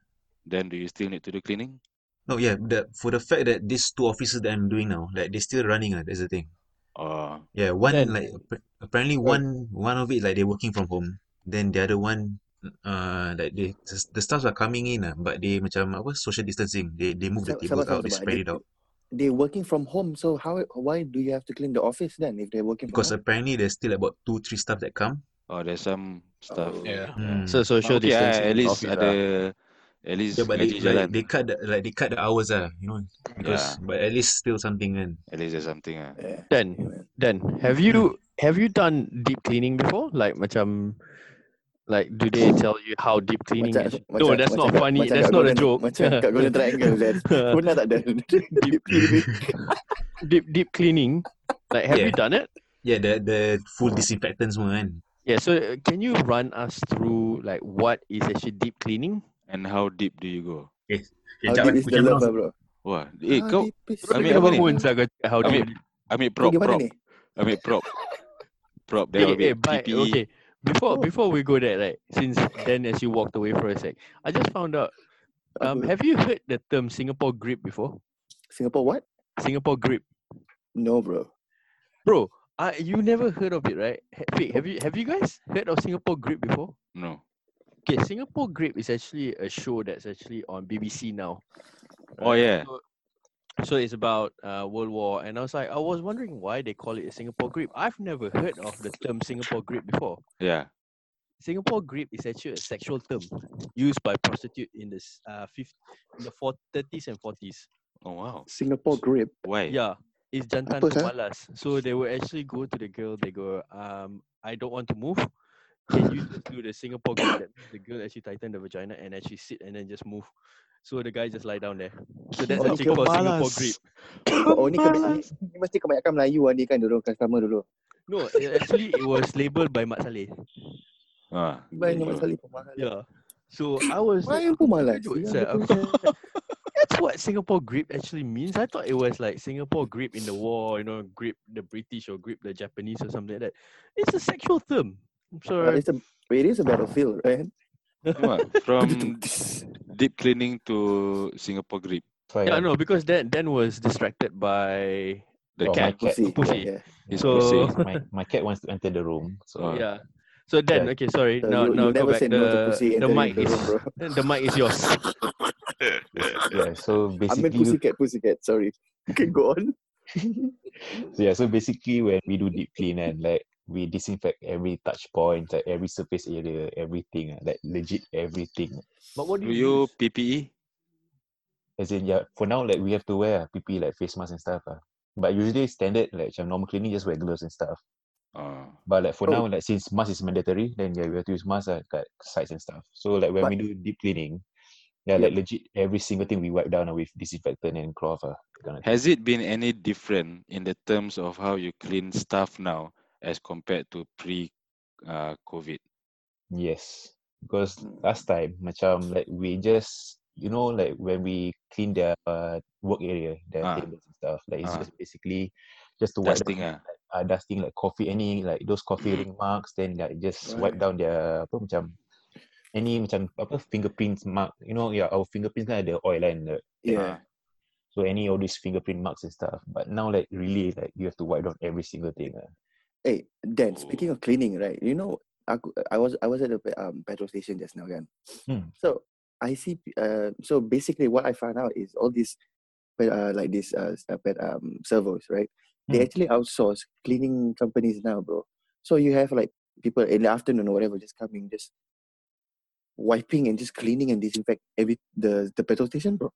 [SPEAKER 4] then do you still need to do cleaning?
[SPEAKER 7] No, yeah, the, for the fact that these two offices that I'm doing now, like they're still running ah, that's the thing.
[SPEAKER 4] Or
[SPEAKER 7] Yeah, one
[SPEAKER 6] Then-
[SPEAKER 7] like appa- apparently one one of it like they're working from home. Then the other one uh like they the, the staffs are coming in ah, but they macam apa social distancing. They they move the
[SPEAKER 2] Sab-
[SPEAKER 7] tables
[SPEAKER 2] sabar,
[SPEAKER 7] out, they
[SPEAKER 2] sabar, sabar.
[SPEAKER 7] spread
[SPEAKER 2] They-
[SPEAKER 7] it out.
[SPEAKER 2] They're working from home, so how why do you have to clean the office then if they're working
[SPEAKER 7] Because
[SPEAKER 2] from home?
[SPEAKER 7] apparently there's still about two, three staff that come.
[SPEAKER 4] or there's some stuff.
[SPEAKER 2] Oh.
[SPEAKER 5] Yeah.
[SPEAKER 6] Hmm.
[SPEAKER 7] Mm.
[SPEAKER 8] So social
[SPEAKER 4] But okay, ah,
[SPEAKER 8] distancing
[SPEAKER 4] at
[SPEAKER 8] in
[SPEAKER 4] least
[SPEAKER 8] office
[SPEAKER 4] ada
[SPEAKER 8] lah.
[SPEAKER 4] at least
[SPEAKER 7] ah. Yeah, but they
[SPEAKER 4] gaji
[SPEAKER 7] like
[SPEAKER 4] jalan.
[SPEAKER 7] they cut the, like they cut the hours ah, you know. Because
[SPEAKER 4] eh? Yeah.
[SPEAKER 7] but at least still something kan.
[SPEAKER 4] At least there's something ah.
[SPEAKER 2] Yeah.
[SPEAKER 8] Then,
[SPEAKER 2] man.
[SPEAKER 8] then have
[SPEAKER 2] Hmm.
[SPEAKER 8] you have you done deep cleaning before? Like macam like do they tell you how deep cleaning? is?
[SPEAKER 2] Macam- macam-
[SPEAKER 8] no, that's
[SPEAKER 2] macam
[SPEAKER 8] not
[SPEAKER 2] kat-
[SPEAKER 8] funny.
[SPEAKER 2] macam
[SPEAKER 8] That's not
[SPEAKER 2] kat
[SPEAKER 8] a
[SPEAKER 2] Golden-
[SPEAKER 8] joke.
[SPEAKER 2] Macam kat Golden Triangle Zed. Kau pernah tak ada? Deep cleaning.
[SPEAKER 8] deep deep cleaning. Like have you
[SPEAKER 7] Yeah.
[SPEAKER 8] done it?
[SPEAKER 7] Yeah, the the full disinfectant semua kan.
[SPEAKER 8] Yeah. So uh, can you run us through like what is actually deep cleaning?
[SPEAKER 4] And how deep do you go?
[SPEAKER 7] Okay,
[SPEAKER 2] How
[SPEAKER 7] jap,
[SPEAKER 2] deep
[SPEAKER 7] eh,
[SPEAKER 2] is the
[SPEAKER 7] hujan
[SPEAKER 2] love
[SPEAKER 7] belum.
[SPEAKER 2] ah, bro?
[SPEAKER 4] Wah, eh
[SPEAKER 2] How
[SPEAKER 4] kau
[SPEAKER 2] deep
[SPEAKER 4] I
[SPEAKER 2] is the
[SPEAKER 4] mean,
[SPEAKER 8] Ambil
[SPEAKER 4] apa ni?
[SPEAKER 2] love?
[SPEAKER 8] bangun saya kata how
[SPEAKER 4] Ambil
[SPEAKER 8] deep.
[SPEAKER 4] ambil prop
[SPEAKER 2] Pergi mana
[SPEAKER 4] prop.
[SPEAKER 2] ni?
[SPEAKER 4] Ambil prop. Prop
[SPEAKER 8] Eh,
[SPEAKER 4] then ambil
[SPEAKER 8] eh, but
[SPEAKER 4] PPE.
[SPEAKER 8] okay. Before
[SPEAKER 2] Oh.
[SPEAKER 8] before we go there, right? Since then as you walked away for a sec, I just found out. Um,
[SPEAKER 2] Apa?
[SPEAKER 8] have you heard the term Singapore grip before?
[SPEAKER 2] Singapore what?
[SPEAKER 8] Singapore grip,
[SPEAKER 2] No, bro.
[SPEAKER 8] bro. Uh, you never heard of it, right? Ha- Wait, have you have you guys heard of Singapore grip before?
[SPEAKER 4] No.
[SPEAKER 6] okay, Singapore Grape is actually a show that's actually on BBC now.
[SPEAKER 4] Oh yeah.
[SPEAKER 6] So it's about uh, World War, and I was like, I was wondering why they call it a Singapore Grape. I've never heard of the term Singapore Grape before.
[SPEAKER 4] Yeah.
[SPEAKER 6] Singapore Grape is actually a sexual term used by prostitute in the s- uh, fifth, in the four, 30s and 40s.
[SPEAKER 4] Oh wow.
[SPEAKER 2] Singapore grip.
[SPEAKER 4] Why?
[SPEAKER 6] Yeah, it's jantan
[SPEAKER 2] Eh, Apa, sir?
[SPEAKER 6] pemalas. So they will actually go to the girl. They go, um, I don't want to move. Can you just do the Singapore girl? That means the girl actually tighten the vagina and actually sit and then just move. So the guy just lie down there. So that's
[SPEAKER 2] Oh,
[SPEAKER 6] actually
[SPEAKER 2] kira
[SPEAKER 6] called Singapore grip.
[SPEAKER 2] Oh ni, kena, ni, ni mesti kebanyakan Melayu lah ni kan dulu customer dulu.
[SPEAKER 6] No, uh, actually it was labeled by Mat Saleh.
[SPEAKER 4] Ah.
[SPEAKER 2] Banyak sekali pemahal.
[SPEAKER 6] Yeah. So I was
[SPEAKER 2] Why pun malas?
[SPEAKER 6] terkejut,
[SPEAKER 2] Sial,
[SPEAKER 6] sir.
[SPEAKER 2] betul
[SPEAKER 6] Aku- That's what Singapore grip actually means. I thought it was like Singapore grip in the war, you know, grip the British or grip the Japanese or something like that. It's a sexual term.
[SPEAKER 2] Uh,
[SPEAKER 6] So
[SPEAKER 2] it's a, it is a battlefield, right?
[SPEAKER 4] What?
[SPEAKER 6] Um,
[SPEAKER 4] From deep cleaning to Singapore grip.
[SPEAKER 7] Fine.
[SPEAKER 6] yeah, no, because Dan Dan was distracted by
[SPEAKER 4] The
[SPEAKER 7] Oh,
[SPEAKER 4] cat.
[SPEAKER 7] my cat.
[SPEAKER 2] Pussy.
[SPEAKER 6] Pussy.
[SPEAKER 2] Yeah.
[SPEAKER 4] His
[SPEAKER 7] Yeah,
[SPEAKER 4] pussy.
[SPEAKER 6] So-
[SPEAKER 7] my, my cat wants to enter the room.
[SPEAKER 4] Oh.
[SPEAKER 7] So
[SPEAKER 6] yeah. So Dan,
[SPEAKER 7] Yeah.
[SPEAKER 6] okay, sorry.
[SPEAKER 2] So
[SPEAKER 6] No,
[SPEAKER 2] you,
[SPEAKER 6] no,
[SPEAKER 2] you
[SPEAKER 6] go
[SPEAKER 2] never
[SPEAKER 6] back.
[SPEAKER 2] said
[SPEAKER 6] the,
[SPEAKER 2] no to pussy
[SPEAKER 6] the
[SPEAKER 2] entering
[SPEAKER 6] mic
[SPEAKER 2] the
[SPEAKER 6] is
[SPEAKER 2] room, bro.
[SPEAKER 6] the mic is yours.
[SPEAKER 7] yeah, so
[SPEAKER 2] I
[SPEAKER 7] basically,
[SPEAKER 2] meant pussycat, pussycat. Sorry. Okay, go on.
[SPEAKER 7] so yeah, so basically, when we do deep clean and like we disinfect every touch point, like every surface area, everything, ah, like legit everything.
[SPEAKER 6] But what do
[SPEAKER 4] Do Uh,
[SPEAKER 6] you,
[SPEAKER 4] you E, PPE?
[SPEAKER 7] As in, yeah, for now, like we have to wear ah, PP like face mask and stuff. ah. But usually standard like macam normal cleaning just wear gloves and stuff.
[SPEAKER 4] Oh.
[SPEAKER 7] But like
[SPEAKER 2] Oh.
[SPEAKER 7] for now, like since mask is mandatory, then yeah, we have to use mask uh, kat sites and stuff. So like when
[SPEAKER 2] But-
[SPEAKER 7] we do deep cleaning, yeah,
[SPEAKER 2] Yep.
[SPEAKER 7] like legit every single thing we wipe down ah with disinfectant and cloth. Uh, kind of thing.
[SPEAKER 4] Has it been any different in the terms of how you clean stuff now as compared to pre uh, COVID?
[SPEAKER 7] Yes, because last time, macam like we just you know like when we clean their uh, work area, their
[SPEAKER 4] Ah.
[SPEAKER 7] tables and stuff, like it's
[SPEAKER 4] Ah.
[SPEAKER 7] just basically just to wipe
[SPEAKER 4] Dusting
[SPEAKER 7] down
[SPEAKER 4] ah.
[SPEAKER 7] uh, dusting like coffee any like those coffee ring marks, then like just
[SPEAKER 2] Mm.
[SPEAKER 7] wipe
[SPEAKER 2] Right.
[SPEAKER 7] down their apa macam any macam apa fingerprints mark, you know yeah our fingerprints kan ada oil kan. the-
[SPEAKER 2] Yeah.
[SPEAKER 7] So any of these fingerprint marks and stuff. But now like really like you have to wipe down every single thing. ah.
[SPEAKER 2] Hey, Dan, speaking of cleaning, right? You know, aku, I was I was at a pe- um, petrol station just now again.
[SPEAKER 7] Hmm.
[SPEAKER 2] So I see. p- Uh, so basically, what I found out is all these, pe- uh, like these uh, s- uh, pet, um, servos, right? They
[SPEAKER 7] Hmm.
[SPEAKER 2] actually outsource cleaning companies now, bro. So you have like people in the afternoon or whatever just coming, just wiping and just cleaning and disinfect every the the petrol station, bro.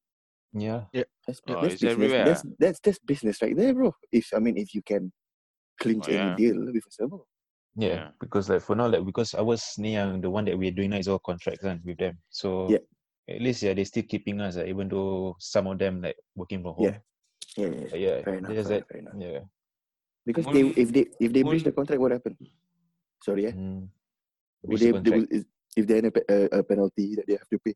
[SPEAKER 7] Yeah.
[SPEAKER 2] That's,
[SPEAKER 4] Oh,
[SPEAKER 2] that's
[SPEAKER 4] it's
[SPEAKER 2] business.
[SPEAKER 4] everywhere.
[SPEAKER 2] That's, that's that's business right there, bro. If I mean, if you can clinch
[SPEAKER 4] Oh, yeah.
[SPEAKER 2] any deal with a servo.
[SPEAKER 7] Yeah,
[SPEAKER 4] Yeah.
[SPEAKER 7] because like for now, like because ours ni yang the one that we're doing now is all contracts kan with them. So
[SPEAKER 2] Yeah.
[SPEAKER 7] at least yeah, they still keeping us like, even though some of them like working from home.
[SPEAKER 2] Yeah. Yeah, yeah,
[SPEAKER 7] But yeah,
[SPEAKER 2] Fair enough.
[SPEAKER 7] there's
[SPEAKER 2] Fair
[SPEAKER 7] that.
[SPEAKER 2] enough. Fair enough.
[SPEAKER 7] Yeah.
[SPEAKER 2] Because they,
[SPEAKER 4] Mul-
[SPEAKER 2] if they if they breach the
[SPEAKER 4] mul-
[SPEAKER 2] contract, what happen? Sorry, yeah. Eh,
[SPEAKER 7] Mm.
[SPEAKER 2] Would
[SPEAKER 7] Breach
[SPEAKER 2] they,
[SPEAKER 7] the
[SPEAKER 2] they
[SPEAKER 7] contract.
[SPEAKER 2] will, is, if they have a, a penalty that they have to pay?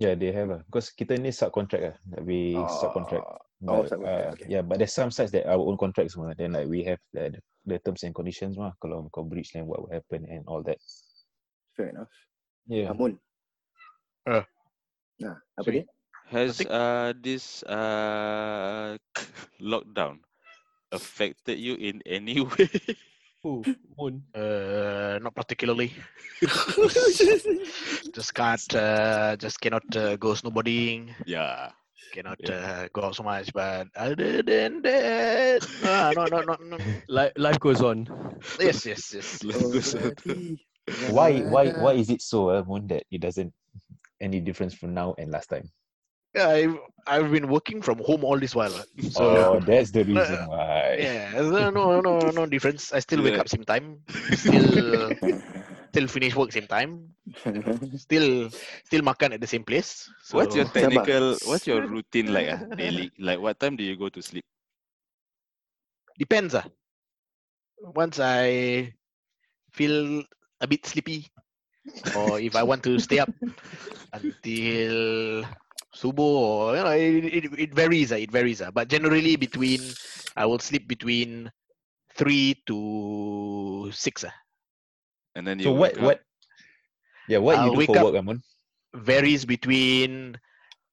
[SPEAKER 7] Yeah, they have lah. Because kita ni subcontract lah. Like we subcontract.
[SPEAKER 2] Ah, oh,
[SPEAKER 7] But,
[SPEAKER 2] subcontract,
[SPEAKER 7] uh,
[SPEAKER 2] okay.
[SPEAKER 7] Yeah, but there's some sites that our own contracts semua. Then like we have the, the terms and conditions mah. Kalau kau breach then what will happen and all that.
[SPEAKER 2] fair enough.
[SPEAKER 7] Yeah.
[SPEAKER 2] Amun.
[SPEAKER 5] Ah.
[SPEAKER 2] Nah, apa
[SPEAKER 5] Sorry.
[SPEAKER 2] dia?
[SPEAKER 4] Has
[SPEAKER 5] think-
[SPEAKER 4] uh, this uh, lockdown affected you in any way?
[SPEAKER 6] who, Moon?
[SPEAKER 5] Uh, not particularly. just can't. Uh, just cannot uh, go snowboarding.
[SPEAKER 4] yeah.
[SPEAKER 5] Cannot
[SPEAKER 4] Yeah.
[SPEAKER 5] uh, go out so much. But other than that, ah, no, no, no, no.
[SPEAKER 6] Li- life goes on.
[SPEAKER 5] Yes, yes, yes.
[SPEAKER 4] Let's
[SPEAKER 2] Oh,
[SPEAKER 4] go satu.
[SPEAKER 2] berarti.
[SPEAKER 7] Why why
[SPEAKER 2] Jangan
[SPEAKER 7] why is it so uh, Moon that it doesn't any difference from now and last time?
[SPEAKER 5] Yeah, I've, I've been working from home all this while. ah. So
[SPEAKER 7] Oh, that's the reason why.
[SPEAKER 5] yeah, no, no, no, no difference. I still wake
[SPEAKER 4] Yeah.
[SPEAKER 5] up same time. Still, still finish work same time.
[SPEAKER 2] lah.
[SPEAKER 5] Still, still makan at the same place. So,
[SPEAKER 4] What's your
[SPEAKER 2] Sabar.
[SPEAKER 4] technical? What's your routine like? ah, daily? Like what time do you go to sleep?
[SPEAKER 5] depends ah. Once I feel a bit sleepy, or if I want to stay up until subuh, or you know, it, it, it varies ah, it varies ah. But generally between, I will sleep between three to six ah.
[SPEAKER 4] And then you
[SPEAKER 7] So what
[SPEAKER 4] wake up.
[SPEAKER 7] what? Yeah, what
[SPEAKER 5] I'll
[SPEAKER 7] you do
[SPEAKER 5] wake
[SPEAKER 7] for eh,
[SPEAKER 5] up-
[SPEAKER 7] work, Amun?
[SPEAKER 5] Varies between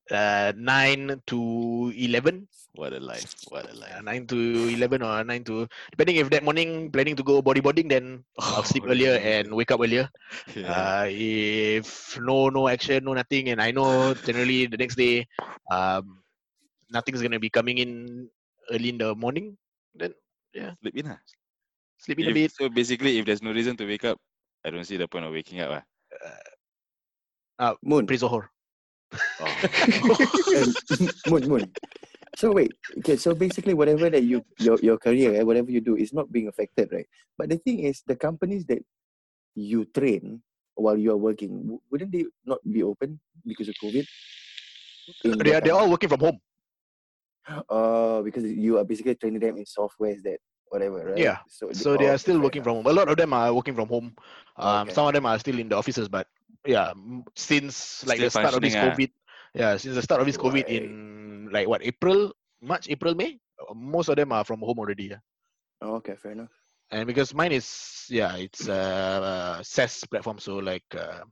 [SPEAKER 5] uh, 9 to 11
[SPEAKER 4] What a life. What a
[SPEAKER 5] uh,
[SPEAKER 4] life.
[SPEAKER 5] 9 to 11 or 9 to depending if that morning planning to go bodyboarding then i'll sleep earlier and wake up earlier
[SPEAKER 4] Oh, Yeah.
[SPEAKER 5] uh, if no no action no nothing and i know generally the next day um, nothing's going to be coming in early in the morning then
[SPEAKER 4] Sleep in lah.
[SPEAKER 5] sleep in a
[SPEAKER 4] If-
[SPEAKER 5] bit
[SPEAKER 4] So basically, if there's no reason to wake up, I don't see the point of waking up.
[SPEAKER 2] Moon.
[SPEAKER 5] praise Zohor.
[SPEAKER 4] Ah. Oh.
[SPEAKER 2] and- moon, moon. So wait, okay. So basically, whatever that you your your career, eh, whatever you do, is not being affected, right? But the thing is, the companies that you train while you are working, w- wouldn't they not be open because of COVID? In
[SPEAKER 5] they
[SPEAKER 2] their
[SPEAKER 5] are, they're all
[SPEAKER 2] company?
[SPEAKER 5] working from home
[SPEAKER 2] Oh, because you are basically training them in softwares that whatever, right?
[SPEAKER 5] Yeah,
[SPEAKER 2] So
[SPEAKER 5] so they
[SPEAKER 2] oh,
[SPEAKER 5] are
[SPEAKER 2] okay,
[SPEAKER 5] still
[SPEAKER 2] fair
[SPEAKER 5] working
[SPEAKER 2] enough.
[SPEAKER 5] from home a lot of them are working from home um,
[SPEAKER 2] Okay.
[SPEAKER 5] some of them are still in the offices but yeah m- since like
[SPEAKER 4] Still
[SPEAKER 5] the start of this
[SPEAKER 4] functioning ah.
[SPEAKER 5] covid yeah since the start of this covid
[SPEAKER 2] Right.
[SPEAKER 5] in like what april march april may uh, most of them are from home already yeah.
[SPEAKER 2] Oh, okay, fair enough.
[SPEAKER 5] and because mine is yeah it's a uh, SaaS platform so like uh,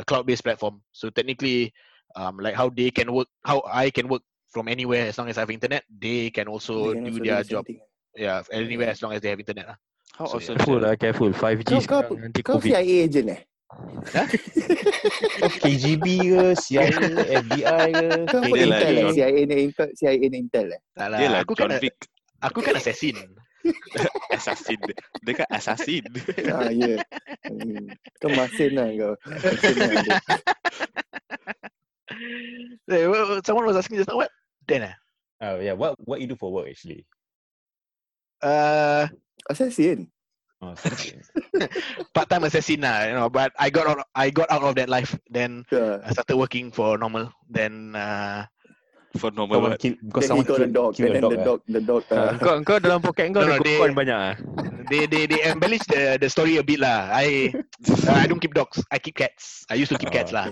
[SPEAKER 5] a cloud-based platform so technically um, like how they can work how I can work from anywhere as long as I have internet they can also
[SPEAKER 2] They can
[SPEAKER 5] do
[SPEAKER 2] also do
[SPEAKER 5] their
[SPEAKER 2] the same
[SPEAKER 5] job
[SPEAKER 2] thing.
[SPEAKER 5] yeah anywhere
[SPEAKER 2] Yeah.
[SPEAKER 5] as long as they have internet ah. lah.
[SPEAKER 4] How
[SPEAKER 5] So,
[SPEAKER 4] awesome.
[SPEAKER 9] Careful
[SPEAKER 4] sia.
[SPEAKER 6] ah.
[SPEAKER 9] lah, careful. 5G
[SPEAKER 2] Kau, kau,
[SPEAKER 9] sekarang nanti
[SPEAKER 2] kau
[SPEAKER 9] COVID.
[SPEAKER 2] CIA agent eh?
[SPEAKER 7] Kau KGB ke CIA FBI ke
[SPEAKER 2] Kau pun
[SPEAKER 4] Dia lah
[SPEAKER 2] Intel eh?
[SPEAKER 4] John-
[SPEAKER 2] CIA ni Intel, CIA ni Intel eh?
[SPEAKER 5] Tak
[SPEAKER 4] Dia
[SPEAKER 5] lah,
[SPEAKER 4] lah
[SPEAKER 5] aku
[SPEAKER 4] John
[SPEAKER 5] kan
[SPEAKER 4] Wick.
[SPEAKER 5] aku kan assassin
[SPEAKER 4] Assassin. Dia kan assassin.
[SPEAKER 2] Ah, ya. Yeah. Hmm. Kau masin lah kau. Masin lah dia.
[SPEAKER 5] Eh, wha- wha- someone was asking just now what then ah
[SPEAKER 7] Oh yeah, what what you do for work actually?
[SPEAKER 5] uh,
[SPEAKER 2] Assassin.
[SPEAKER 7] Oh, okay.
[SPEAKER 5] part-time assassin lah you know but I got out I got out of that life then
[SPEAKER 2] Yeah.
[SPEAKER 5] I started working for normal then uh,
[SPEAKER 4] For normal
[SPEAKER 7] someone
[SPEAKER 4] what?
[SPEAKER 7] kill, because
[SPEAKER 2] Then he
[SPEAKER 7] someone
[SPEAKER 2] got a
[SPEAKER 7] kill,
[SPEAKER 2] dog. And
[SPEAKER 7] kill your
[SPEAKER 2] then
[SPEAKER 7] dog.
[SPEAKER 2] the
[SPEAKER 5] eh?
[SPEAKER 7] ah.
[SPEAKER 2] dog, the dog.
[SPEAKER 9] Ah,
[SPEAKER 2] Uh,
[SPEAKER 9] kau kau dalam poket kau
[SPEAKER 5] No,
[SPEAKER 9] ada
[SPEAKER 5] no, they-
[SPEAKER 9] kukuan banyak ah.
[SPEAKER 5] they they they embellish the the story a bit lah. I uh, I don't keep dogs. I keep cats. I used to keep cats
[SPEAKER 7] Oh,
[SPEAKER 5] lah.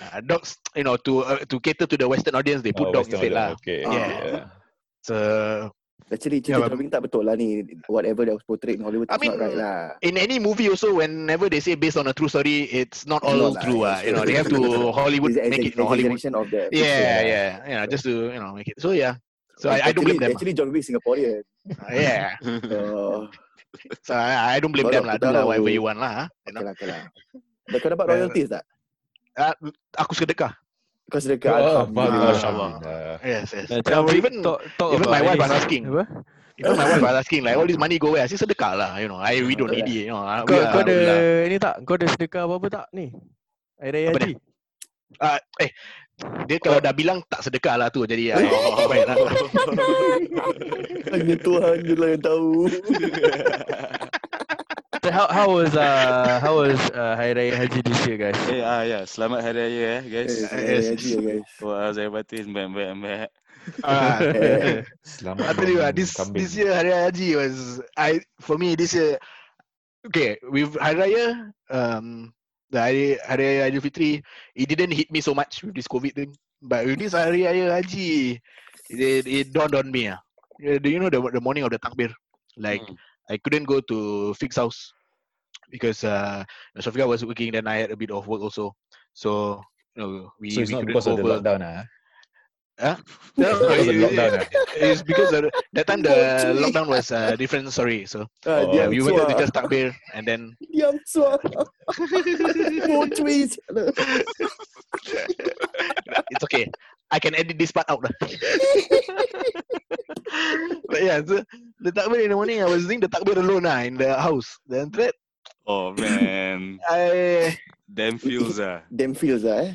[SPEAKER 5] Uh, dogs, you know, to uh, to cater to the Western audience, they put
[SPEAKER 7] Oh,
[SPEAKER 5] dogs
[SPEAKER 7] Western
[SPEAKER 5] instead
[SPEAKER 7] order,
[SPEAKER 5] lah.
[SPEAKER 7] Okay.
[SPEAKER 2] Ah.
[SPEAKER 7] okay, yeah.
[SPEAKER 5] So
[SPEAKER 2] actually,
[SPEAKER 5] Yeah,
[SPEAKER 2] cerita
[SPEAKER 5] Ya, but-
[SPEAKER 2] yeah, tak betul lah ni. Whatever that was portrayed in Hollywood, it's
[SPEAKER 5] I
[SPEAKER 2] not
[SPEAKER 5] mean,
[SPEAKER 2] right lah.
[SPEAKER 5] in any movie also, whenever they say based on a true story, it's not
[SPEAKER 2] It's
[SPEAKER 5] all
[SPEAKER 2] not lah, yeah,
[SPEAKER 5] true. Uh, you
[SPEAKER 2] true,
[SPEAKER 5] know, they
[SPEAKER 2] true,
[SPEAKER 5] have
[SPEAKER 2] true,
[SPEAKER 5] to
[SPEAKER 2] true.
[SPEAKER 5] Hollywood
[SPEAKER 2] It's an
[SPEAKER 5] make
[SPEAKER 2] ex-
[SPEAKER 5] it. You know, Hollywood.
[SPEAKER 2] exaggeration of the
[SPEAKER 5] Yeah,
[SPEAKER 2] fiction
[SPEAKER 5] yeah,
[SPEAKER 2] lah.
[SPEAKER 5] yeah, Just to you know make it. So yeah. So
[SPEAKER 2] Ac-
[SPEAKER 5] I, I don't blame
[SPEAKER 2] actually, Actually,
[SPEAKER 5] them. ah.
[SPEAKER 2] John Wick Singaporean.
[SPEAKER 5] Uh, yeah.
[SPEAKER 2] Oh,
[SPEAKER 5] So I, I don't blame them
[SPEAKER 2] Baru
[SPEAKER 5] lah.
[SPEAKER 2] aku
[SPEAKER 5] Do lah
[SPEAKER 2] tahu.
[SPEAKER 5] whatever you want lah. ah, You
[SPEAKER 2] okay
[SPEAKER 5] know.
[SPEAKER 2] lah, okay lah. Dah kau dapat
[SPEAKER 5] Uh,
[SPEAKER 2] royalties tak?
[SPEAKER 5] Uh, aku sedekah. Ah,
[SPEAKER 2] Kau sedekah.
[SPEAKER 7] Oh,
[SPEAKER 2] Alhamdulillah.
[SPEAKER 7] Alhamdulillah.
[SPEAKER 5] Yes, yes.
[SPEAKER 9] Ah, Nah,
[SPEAKER 5] Uh,
[SPEAKER 9] tell me,
[SPEAKER 5] even
[SPEAKER 9] talk, talk
[SPEAKER 5] even
[SPEAKER 9] about
[SPEAKER 5] my wife
[SPEAKER 9] any-
[SPEAKER 5] was asking.
[SPEAKER 9] Apa?
[SPEAKER 5] Even my wife was asking like, all this money go where? I say sedekah lah, you know. I we don't
[SPEAKER 2] Betul
[SPEAKER 5] need it, you know. ah,
[SPEAKER 9] Kau
[SPEAKER 5] we
[SPEAKER 9] kau
[SPEAKER 5] are,
[SPEAKER 9] ada
[SPEAKER 5] we are.
[SPEAKER 9] ni tak? Kau ada sedekah apa-apa tak ni? Hari Raya
[SPEAKER 5] Apa
[SPEAKER 9] Haji.
[SPEAKER 5] Ah, eh, dia kalau dah bilang tak sedekah lah tu. Jadi I,
[SPEAKER 4] Oh.
[SPEAKER 5] fine lah.
[SPEAKER 2] Hanya Tuhan je lah yang tahu.
[SPEAKER 9] So how how was uh how was uh, Hari Raya Haji this year guys?
[SPEAKER 4] Eh, ah, ya. Selamat Hari Raya eh, guys.
[SPEAKER 2] Eh, saya
[SPEAKER 5] yes.
[SPEAKER 2] haji lah guys.
[SPEAKER 4] Wah, saya batin. Mbak, mbak, mbak.
[SPEAKER 5] Ah,
[SPEAKER 2] Eh,
[SPEAKER 7] Selamat
[SPEAKER 5] I tell you, ah,
[SPEAKER 7] buang
[SPEAKER 5] this
[SPEAKER 7] kambing.
[SPEAKER 5] this year Hari Raya Haji was I for me this year. Okay, with Hari Raya, um, the Hari, Hari Raya Idul Fitri, it didn't hit me so much with this COVID thing. But with this Hari Raya Haji, it, it dawned on me. Ah, Yeah, do you know the the morning of the takbir? Like
[SPEAKER 4] Hmm.
[SPEAKER 5] I couldn't go to Fix House because uh, Shafika was working. Then I had a bit of work also, so you know, we
[SPEAKER 7] So
[SPEAKER 5] we
[SPEAKER 7] it's not
[SPEAKER 5] couldn't
[SPEAKER 7] because
[SPEAKER 5] go
[SPEAKER 7] of the
[SPEAKER 5] over.
[SPEAKER 7] lockdown ah.
[SPEAKER 5] Huh?
[SPEAKER 7] It's not because
[SPEAKER 5] it-
[SPEAKER 7] of
[SPEAKER 5] it-
[SPEAKER 7] lockdown ah.
[SPEAKER 5] It's because of, that time the
[SPEAKER 2] Bocui.
[SPEAKER 5] lockdown was uh, different. Sorry, so
[SPEAKER 2] ah,
[SPEAKER 7] Oh,
[SPEAKER 5] yeah,
[SPEAKER 2] diam
[SPEAKER 5] we went
[SPEAKER 2] sua.
[SPEAKER 5] to just takbir and then
[SPEAKER 2] Diam sua. Bocui.
[SPEAKER 5] it's okay. I can edit this part out. lah. but yeah, so the takbir in the morning, I was doing the takbir alone ah, in the house. Then after that,
[SPEAKER 4] Oh, man.
[SPEAKER 5] I
[SPEAKER 4] Damn feels ah.
[SPEAKER 2] Damn feels lah eh.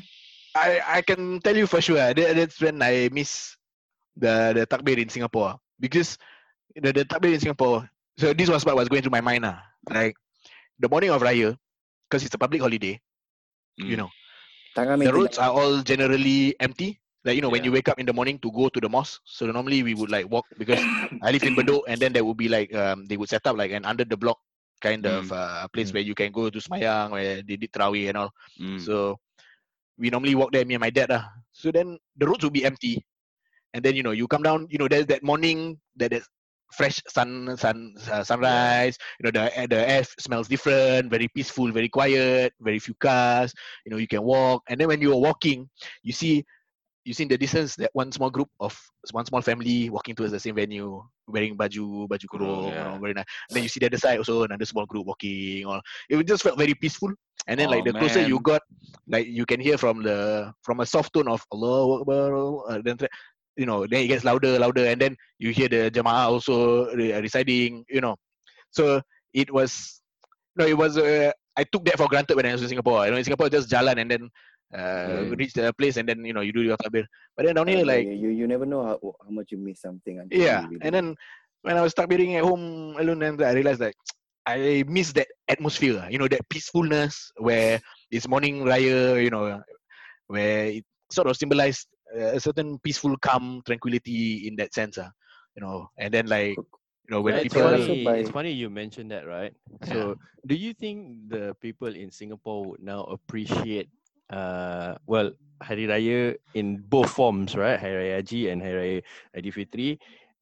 [SPEAKER 5] I I can tell you for sure. ah, That, that's when I miss the the takbir in Singapore ah. because the the takbir in Singapore. So this was what was going through my mind ah. Like the morning of Raya, because it's a public holiday. You
[SPEAKER 4] Mm.
[SPEAKER 5] know,
[SPEAKER 2] Tangan main
[SPEAKER 5] the roads are all generally empty. Like you know, when
[SPEAKER 4] Yeah.
[SPEAKER 5] you wake up in the morning to go to the mosque. So normally we would like walk because I lived in Bedok, and then there would be like um, they would set up like an under the block kind of uh, place
[SPEAKER 7] Mm.
[SPEAKER 5] where you can go to Semayang, where they did Trawi and all.
[SPEAKER 4] Mm.
[SPEAKER 5] So we normally walk there, me and my dad. lah. So then the roads will be empty. And then, you know, you come down, you know, there's that morning, that that fresh sun, sun uh, sunrise, you know, the, air- the air f- smells different, very peaceful, very quiet, very few cars, you know, you can walk. And then when you are walking, you see using the distance that one small group of one small family walking towards the same venue, wearing baju, baju
[SPEAKER 4] Oh,
[SPEAKER 5] kurung,
[SPEAKER 4] yeah.
[SPEAKER 5] yeah. very nice. Then you see the other side also another small group walking. Or it just felt very peaceful. And then
[SPEAKER 4] Aw,
[SPEAKER 5] like the closer you
[SPEAKER 4] Oh, man.
[SPEAKER 5] got, like you can hear from the from a soft tone of Allah Akbar, uh, then tra- you know then it gets louder, louder, and then you hear the jamaah also re- uh, reciting. You know, so it was no, it was. Uh, I took that for granted when I was in Singapore. You know, in Singapore just jalan and then uh,
[SPEAKER 4] Yeah.
[SPEAKER 5] reach the place and then you know you do your takbir. But then down here
[SPEAKER 2] Yeah,
[SPEAKER 5] like
[SPEAKER 2] yeah, you you never know how, how much you miss something until you
[SPEAKER 5] yeah,
[SPEAKER 2] really
[SPEAKER 5] and then when I was takbiring at home alone, then I realized that I miss that atmosphere. You know that peacefulness where it's morning raya. You know where it sort of symbolized uh, a certain peaceful calm tranquility in that sense. ah. you know, and then like you know when
[SPEAKER 6] Yeah, it's,
[SPEAKER 5] people
[SPEAKER 2] also
[SPEAKER 6] funny,
[SPEAKER 2] by-
[SPEAKER 6] it's funny you mentioned that, right? So, do you think the people in Singapore would now appreciate, uh, well, Hari Raya in both forms, right? Hari Raya Haji and Hari Raya Aidilfitri.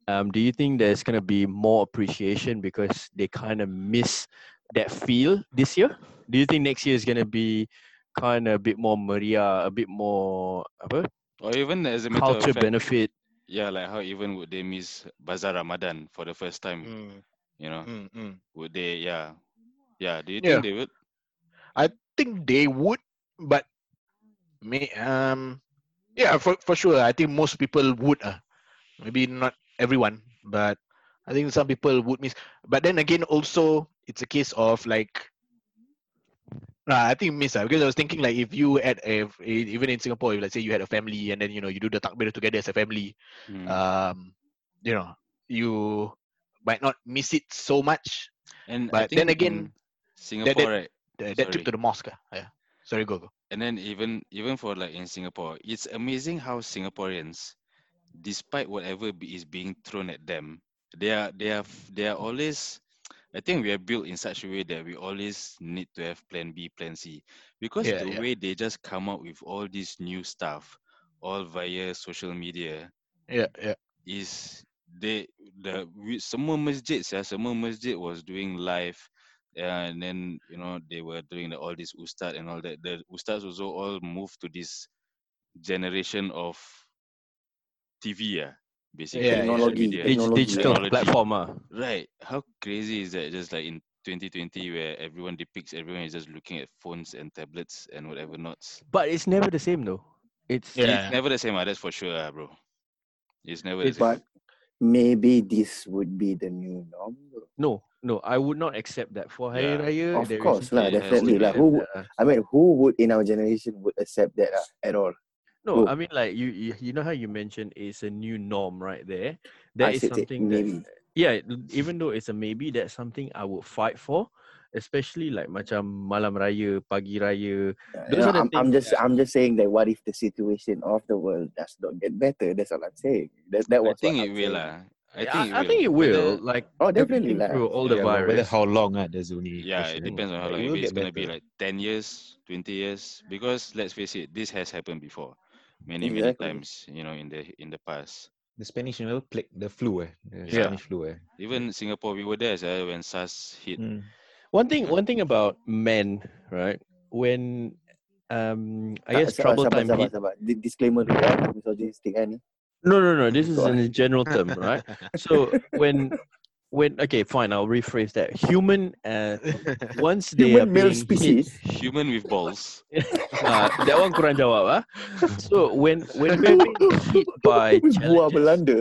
[SPEAKER 6] Um, do you think there's gonna be more appreciation because they kind of miss that feel this year? Do you think next year is gonna be kind of a bit more Maria, a bit more apa,
[SPEAKER 4] Or even as a matter
[SPEAKER 6] culture
[SPEAKER 4] of fact,
[SPEAKER 6] benefit?
[SPEAKER 4] yeah, like how even would they miss Bazaar Ramadan for the first time?
[SPEAKER 5] Mm,
[SPEAKER 4] You know,
[SPEAKER 5] mm, mm.
[SPEAKER 4] would they? Yeah, yeah. Do you
[SPEAKER 5] Yeah.
[SPEAKER 4] think they would?
[SPEAKER 5] think they would, but may um yeah for for sure. I think most people would. Uh. Maybe not everyone, but I think some people would miss. But then again, also it's a case of like. Nah, I think miss ah because I was thinking like if you had a if- even in Singapore, if let's say you had a family and then you know you do the takbir together as a family,
[SPEAKER 4] Mm.
[SPEAKER 5] um, you know you might not miss it so much.
[SPEAKER 4] and I
[SPEAKER 5] but then
[SPEAKER 4] think
[SPEAKER 5] again,
[SPEAKER 4] in Singapore, right?
[SPEAKER 5] That, that trip
[SPEAKER 4] Sorry.
[SPEAKER 5] to the mosque, ah, yeah. Sorry, go go.
[SPEAKER 4] and then even even for like in Singapore, it's amazing how Singaporeans, despite whatever be, is being thrown at them, they are they are f- they are always. I think we are built in such a way that we always need to have plan B, plan C, because
[SPEAKER 5] Yeah,
[SPEAKER 4] the
[SPEAKER 5] yeah.
[SPEAKER 4] way they just come up with all this new stuff, all via social media,
[SPEAKER 5] Yeah, yeah.
[SPEAKER 4] is they the we, semua masjid ya semua masjid was doing live uh, and then you know they were doing the, all this ustad and all that the ustads also all moved to this generation of TV yeah basically
[SPEAKER 5] Yeah,
[SPEAKER 4] social
[SPEAKER 2] Technology,
[SPEAKER 4] media
[SPEAKER 6] Dig-
[SPEAKER 2] Technology,
[SPEAKER 6] digital
[SPEAKER 4] technology.
[SPEAKER 6] platform, ah.
[SPEAKER 4] right how crazy is that just like in 2020 where everyone depicts everyone is just looking at phones and tablets and whatever nots
[SPEAKER 6] but it's never the same though. It's
[SPEAKER 5] Yeah.
[SPEAKER 4] it's never the same ah, that's for sure ah, bro it's never
[SPEAKER 6] It's-
[SPEAKER 4] the same
[SPEAKER 2] But maybe this would be the new norm. though.
[SPEAKER 6] No, no, I would not accept that for Hari
[SPEAKER 4] Yeah.
[SPEAKER 6] Raya.
[SPEAKER 2] Of
[SPEAKER 6] there is
[SPEAKER 2] course, lah,
[SPEAKER 6] nothing I would
[SPEAKER 4] definitely lah.
[SPEAKER 6] accept
[SPEAKER 2] Who-
[SPEAKER 6] that, ah.
[SPEAKER 2] I mean, who would in our generation would accept that uh, at all? Who?
[SPEAKER 6] No, I mean like you, you, you know how you mentioned it's a new norm right
[SPEAKER 2] I
[SPEAKER 6] there. That is
[SPEAKER 2] said that
[SPEAKER 6] something that
[SPEAKER 2] maybe.
[SPEAKER 6] yeah, l- even though it's a maybe, that's something I would fight for, especially like macam malam raya, pagi raya.
[SPEAKER 2] Uh,
[SPEAKER 6] Those
[SPEAKER 2] no,
[SPEAKER 6] are the
[SPEAKER 2] I'm, I'm just
[SPEAKER 6] things
[SPEAKER 2] I'm just saying that what if the situation of the world does not get better? That's all I'm saying. That that
[SPEAKER 4] I
[SPEAKER 2] was
[SPEAKER 4] think
[SPEAKER 2] what
[SPEAKER 4] it
[SPEAKER 2] I'm
[SPEAKER 4] will uh,
[SPEAKER 2] saying.
[SPEAKER 4] lah. I
[SPEAKER 6] Yeah,
[SPEAKER 4] think it
[SPEAKER 6] I
[SPEAKER 4] will.
[SPEAKER 6] think it will.
[SPEAKER 4] Whether-
[SPEAKER 6] like
[SPEAKER 2] Oh, definitely
[SPEAKER 6] everything
[SPEAKER 2] lah.
[SPEAKER 6] through all the
[SPEAKER 7] Yeah, but whether
[SPEAKER 6] virus.
[SPEAKER 7] how long ah, that's the only
[SPEAKER 4] yeah, it
[SPEAKER 7] question,
[SPEAKER 4] depends on how long.
[SPEAKER 7] But it
[SPEAKER 4] If
[SPEAKER 7] will
[SPEAKER 4] it's
[SPEAKER 7] get
[SPEAKER 4] gonna be
[SPEAKER 7] better.
[SPEAKER 4] like ten years, twenty years, because let's face it, this has happened before, many many
[SPEAKER 2] Exactly.
[SPEAKER 4] times. You know, in the in the past.
[SPEAKER 7] The Spanish you know, plague, the flu eh, the
[SPEAKER 4] Yeah.
[SPEAKER 7] Spanish flu eh.
[SPEAKER 4] Even Singapore, we were there sia, when SARS hit.
[SPEAKER 7] Mm.
[SPEAKER 6] One thing
[SPEAKER 4] Yeah.
[SPEAKER 6] one thing about men, right? When um I guess
[SPEAKER 2] Sa- sa-
[SPEAKER 6] trouble
[SPEAKER 2] Ah, sabar,
[SPEAKER 6] time
[SPEAKER 2] sabar,
[SPEAKER 6] hit.
[SPEAKER 2] sabar. Di- Disclaimer dulu eh. Misogynistic kan ni.
[SPEAKER 6] No, no, no. This is
[SPEAKER 2] Go on.
[SPEAKER 6] in a general term, right? So when when okay, fine, I'll rephrase that. Human uh once they
[SPEAKER 2] Human
[SPEAKER 6] are
[SPEAKER 2] male
[SPEAKER 6] being
[SPEAKER 2] species.
[SPEAKER 4] Human with balls.
[SPEAKER 6] hit, uh, that one kurang jawab ah. So when when we're being hit by
[SPEAKER 2] Buah
[SPEAKER 6] challenges,
[SPEAKER 2] Belanda.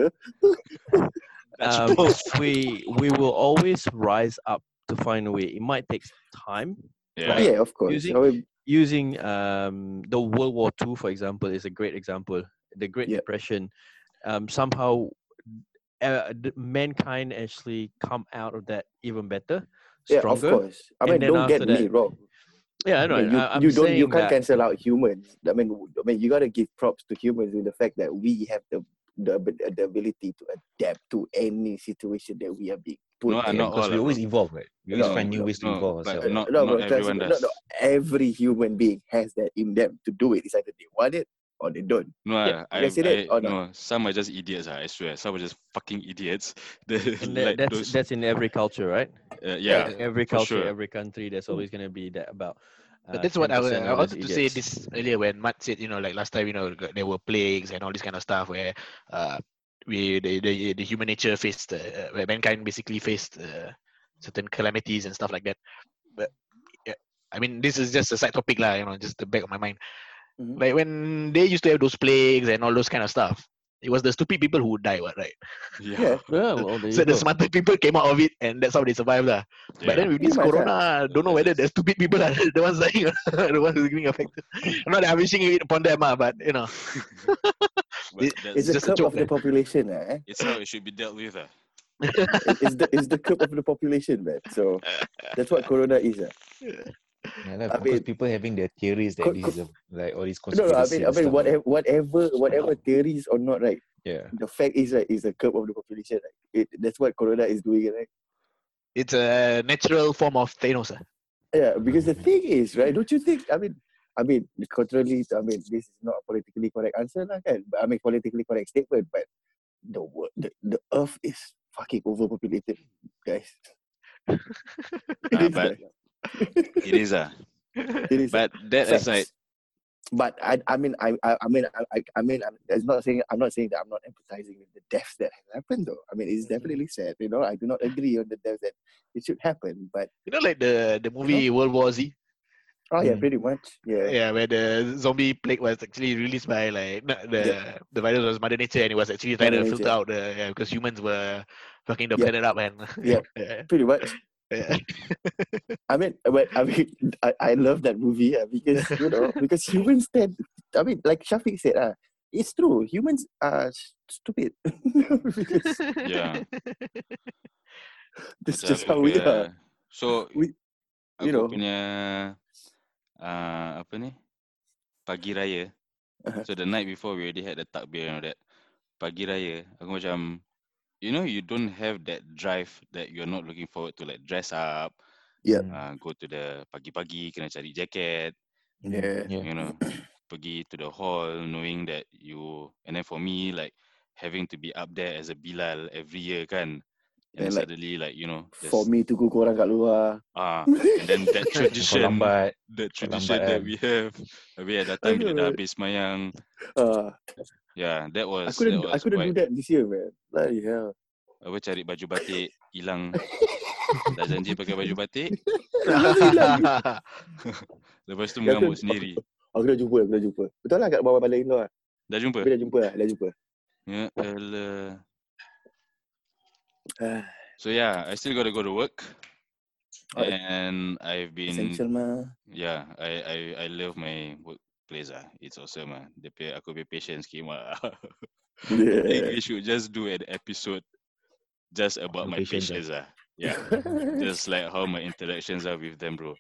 [SPEAKER 6] um, we we will always rise up to find a way. It might take time,
[SPEAKER 2] Oh,
[SPEAKER 4] Yeah.
[SPEAKER 2] yeah, of course.
[SPEAKER 6] Using-
[SPEAKER 2] Always
[SPEAKER 6] using um, the World War II, for example, is a great example. The Great
[SPEAKER 2] Yep.
[SPEAKER 6] Depression, um, somehow uh, the mankind actually come out of that even better,
[SPEAKER 2] Yeah,
[SPEAKER 6] stronger.
[SPEAKER 2] of course. I
[SPEAKER 6] And
[SPEAKER 2] mean,
[SPEAKER 6] then
[SPEAKER 2] don't get
[SPEAKER 6] after that-
[SPEAKER 2] me wrong.
[SPEAKER 6] Yeah, I know.
[SPEAKER 2] mean, you,
[SPEAKER 6] I, I'm
[SPEAKER 2] you don't you
[SPEAKER 6] saying
[SPEAKER 2] can't
[SPEAKER 6] that.
[SPEAKER 2] cancel out humans. I mean, w- I mean, you gotta give props to humans in the fact that we have the the, ab- the ability to adapt to any situation that we are being put
[SPEAKER 4] No, ah,
[SPEAKER 2] in.
[SPEAKER 4] not all
[SPEAKER 7] Because we
[SPEAKER 4] lah, bro.
[SPEAKER 7] always evolve, right? We always
[SPEAKER 2] No,
[SPEAKER 7] find new
[SPEAKER 2] no,
[SPEAKER 7] ways to
[SPEAKER 4] no,
[SPEAKER 7] evolve
[SPEAKER 4] but
[SPEAKER 7] ourselves.
[SPEAKER 4] not-
[SPEAKER 2] no,
[SPEAKER 4] not
[SPEAKER 2] but trust me,
[SPEAKER 4] everyone
[SPEAKER 2] no,
[SPEAKER 4] does.
[SPEAKER 2] no, every human being has that in them to do it. It's either they want it or they don't.
[SPEAKER 4] No,
[SPEAKER 2] Yeah,
[SPEAKER 4] ah,
[SPEAKER 2] you can
[SPEAKER 4] I,
[SPEAKER 2] say that
[SPEAKER 4] I,
[SPEAKER 2] or not.
[SPEAKER 4] no. Some are just idiots. ah, I swear. Some are just fucking idiots. They
[SPEAKER 6] And that,
[SPEAKER 4] like
[SPEAKER 6] that's
[SPEAKER 4] those.
[SPEAKER 6] that's in every culture, right?
[SPEAKER 4] Uh,
[SPEAKER 2] Yeah.
[SPEAKER 4] yeah.
[SPEAKER 6] every
[SPEAKER 4] for
[SPEAKER 6] culture,
[SPEAKER 4] sure.
[SPEAKER 6] every country, there's always going to be that about
[SPEAKER 5] But that's what I, wa-
[SPEAKER 6] 10%
[SPEAKER 5] I
[SPEAKER 6] of
[SPEAKER 5] wanted
[SPEAKER 6] those
[SPEAKER 5] to say
[SPEAKER 6] idiots.
[SPEAKER 5] this earlier when Matt said, you know, like last time, you know, g- there were plagues and all this kind of stuff where uh, we the, the, the human nature faced, uh, uh, where mankind basically faced uh, certain calamities and stuff like that. But yeah, I mean, this is just a side topic, lah. You know, just the back of my mind.
[SPEAKER 6] Mm-hmm.
[SPEAKER 2] Mhm.
[SPEAKER 5] Like when they used to have those plagues and all those kind of stuff, it was the stupid people who would die, what, right?
[SPEAKER 2] Yeah.
[SPEAKER 6] Yeah, well, there
[SPEAKER 5] So
[SPEAKER 6] you go.
[SPEAKER 5] the smarter people came out of it, and that's how they survived, lah. But then with
[SPEAKER 2] Pretty
[SPEAKER 5] this
[SPEAKER 2] much,
[SPEAKER 5] corona, don't know whether the stupid people are the ones dying, or the ones who's being affected. Not that I'm wishing it upon them, ah, but you know,
[SPEAKER 4] But
[SPEAKER 5] It-
[SPEAKER 4] that's-
[SPEAKER 2] It's,
[SPEAKER 5] just a
[SPEAKER 2] the curve
[SPEAKER 5] joke,
[SPEAKER 2] of the
[SPEAKER 5] man.
[SPEAKER 2] population, eh?
[SPEAKER 4] it's how it should be dealt with. ah.
[SPEAKER 2] It- It's the it's the curve of the population, man. So that's what corona is, eh?
[SPEAKER 7] Yeah, lah,
[SPEAKER 2] I
[SPEAKER 7] of course,
[SPEAKER 2] mean-
[SPEAKER 7] people having their theories that
[SPEAKER 2] Co-
[SPEAKER 7] this
[SPEAKER 2] co-
[SPEAKER 7] is a, like all these
[SPEAKER 2] No, no. I
[SPEAKER 7] conspiracy
[SPEAKER 2] mean, I
[SPEAKER 7] and
[SPEAKER 2] mean,
[SPEAKER 7] stuff.
[SPEAKER 2] whatever, whatever, whatever theories or not, right?
[SPEAKER 7] Yeah.
[SPEAKER 2] The fact is, right, is the curve of the population. Right? It, that's what corona is doing, right?
[SPEAKER 5] it's a natural form of Thanos. ah.
[SPEAKER 2] Yeah, because the thing is, right? Don't you think? I mean, I mean, contrarily, I mean, this is not a politically correct answer, lah, kan? But I mean, politically correct statement, but the world, the, the Earth is fucking overpopulated, guys. It
[SPEAKER 4] Ah,
[SPEAKER 2] is,
[SPEAKER 4] but-
[SPEAKER 2] man.
[SPEAKER 4] It is ah.
[SPEAKER 2] It is.
[SPEAKER 4] But that
[SPEAKER 2] Facts.
[SPEAKER 4] aside,
[SPEAKER 2] But I, I mean, I, I, I mean, I, I- I mean, I'm, it's not saying I'm not saying that I'm not empathizing with the deaths that have happened, though. I mean, it's definitely sad, you know. I do not agree on the deaths that it should happen, but
[SPEAKER 5] You know, like the the movie World War Z,
[SPEAKER 2] oh yeah,
[SPEAKER 7] Mm.
[SPEAKER 2] pretty much, yeah,
[SPEAKER 5] yeah, where the zombie plague was actually released by like na- the the virus was Mother Nature, and it was actually trying
[SPEAKER 2] Mother
[SPEAKER 5] to filter
[SPEAKER 2] Nature.
[SPEAKER 5] out the yeah, because humans were fucking the
[SPEAKER 2] Yeah.
[SPEAKER 5] planet up, and
[SPEAKER 2] Yeah. pretty much. I mean, but I mean, I, I love that movie uh, because you know because humans tend. I mean, like Shafiq said, uh, it's true. Humans are s- stupid. Because
[SPEAKER 4] yeah,
[SPEAKER 2] this is
[SPEAKER 4] macam
[SPEAKER 2] just
[SPEAKER 4] aku
[SPEAKER 2] how we
[SPEAKER 4] punya-
[SPEAKER 2] are.
[SPEAKER 4] So
[SPEAKER 2] We-
[SPEAKER 4] aku
[SPEAKER 2] you know.
[SPEAKER 4] punya uh, apa ni pagi raya.
[SPEAKER 2] Uh-huh.
[SPEAKER 4] So the night before we already had the takbir and all that. Pagi raya aku macam you know you don't have that drive that you're not looking forward to like dress up.
[SPEAKER 2] Yeah.
[SPEAKER 4] Uh, go to the pagi-pagi kena cari jacket.
[SPEAKER 2] Yeah.
[SPEAKER 7] Yeah.
[SPEAKER 4] you know, pergi to the hall knowing that you and then for me like having to be up there as a Bilal every year kan and then
[SPEAKER 2] And, like,
[SPEAKER 4] suddenly like you know there's
[SPEAKER 2] For me to go korang kat luar.
[SPEAKER 4] ah and then that
[SPEAKER 7] Kau
[SPEAKER 4] tradition
[SPEAKER 7] lambat.
[SPEAKER 4] the
[SPEAKER 7] kau
[SPEAKER 4] tradition
[SPEAKER 7] lambat
[SPEAKER 4] that
[SPEAKER 7] kan.
[SPEAKER 4] we have we at that time bila dah
[SPEAKER 2] Aduh.
[SPEAKER 4] habis semayang
[SPEAKER 2] Uh,
[SPEAKER 4] yeah that
[SPEAKER 2] I
[SPEAKER 4] was that
[SPEAKER 2] couldn't. I
[SPEAKER 4] was
[SPEAKER 2] couldn't do
[SPEAKER 4] quite
[SPEAKER 2] that this year, man. Bloody hell.
[SPEAKER 4] apa cari baju batik hilang dah janji pakai baju batik lepas tu
[SPEAKER 2] Dah
[SPEAKER 4] mengamuk
[SPEAKER 2] kena-
[SPEAKER 4] sendiri
[SPEAKER 2] Aku dah jumpa. Aku dah jumpa. Betul lah kat bawah balai indoor.
[SPEAKER 4] dah jumpa
[SPEAKER 2] Tapi dah jumpa. lah, Dah jumpa.
[SPEAKER 4] ya elah.
[SPEAKER 2] Ah,
[SPEAKER 4] so yeah I still gotta go to work
[SPEAKER 2] Oh, it-
[SPEAKER 4] and I've been
[SPEAKER 2] Essential mah.
[SPEAKER 4] Yeah, I I I love my workplace ah. It's awesome ah. The pay, aku punya patience came out. ah. I think we
[SPEAKER 2] Yeah.
[SPEAKER 4] should just do an episode just about my
[SPEAKER 7] Patient
[SPEAKER 4] patience ah. Yeah, just like how my interactions are with them bro.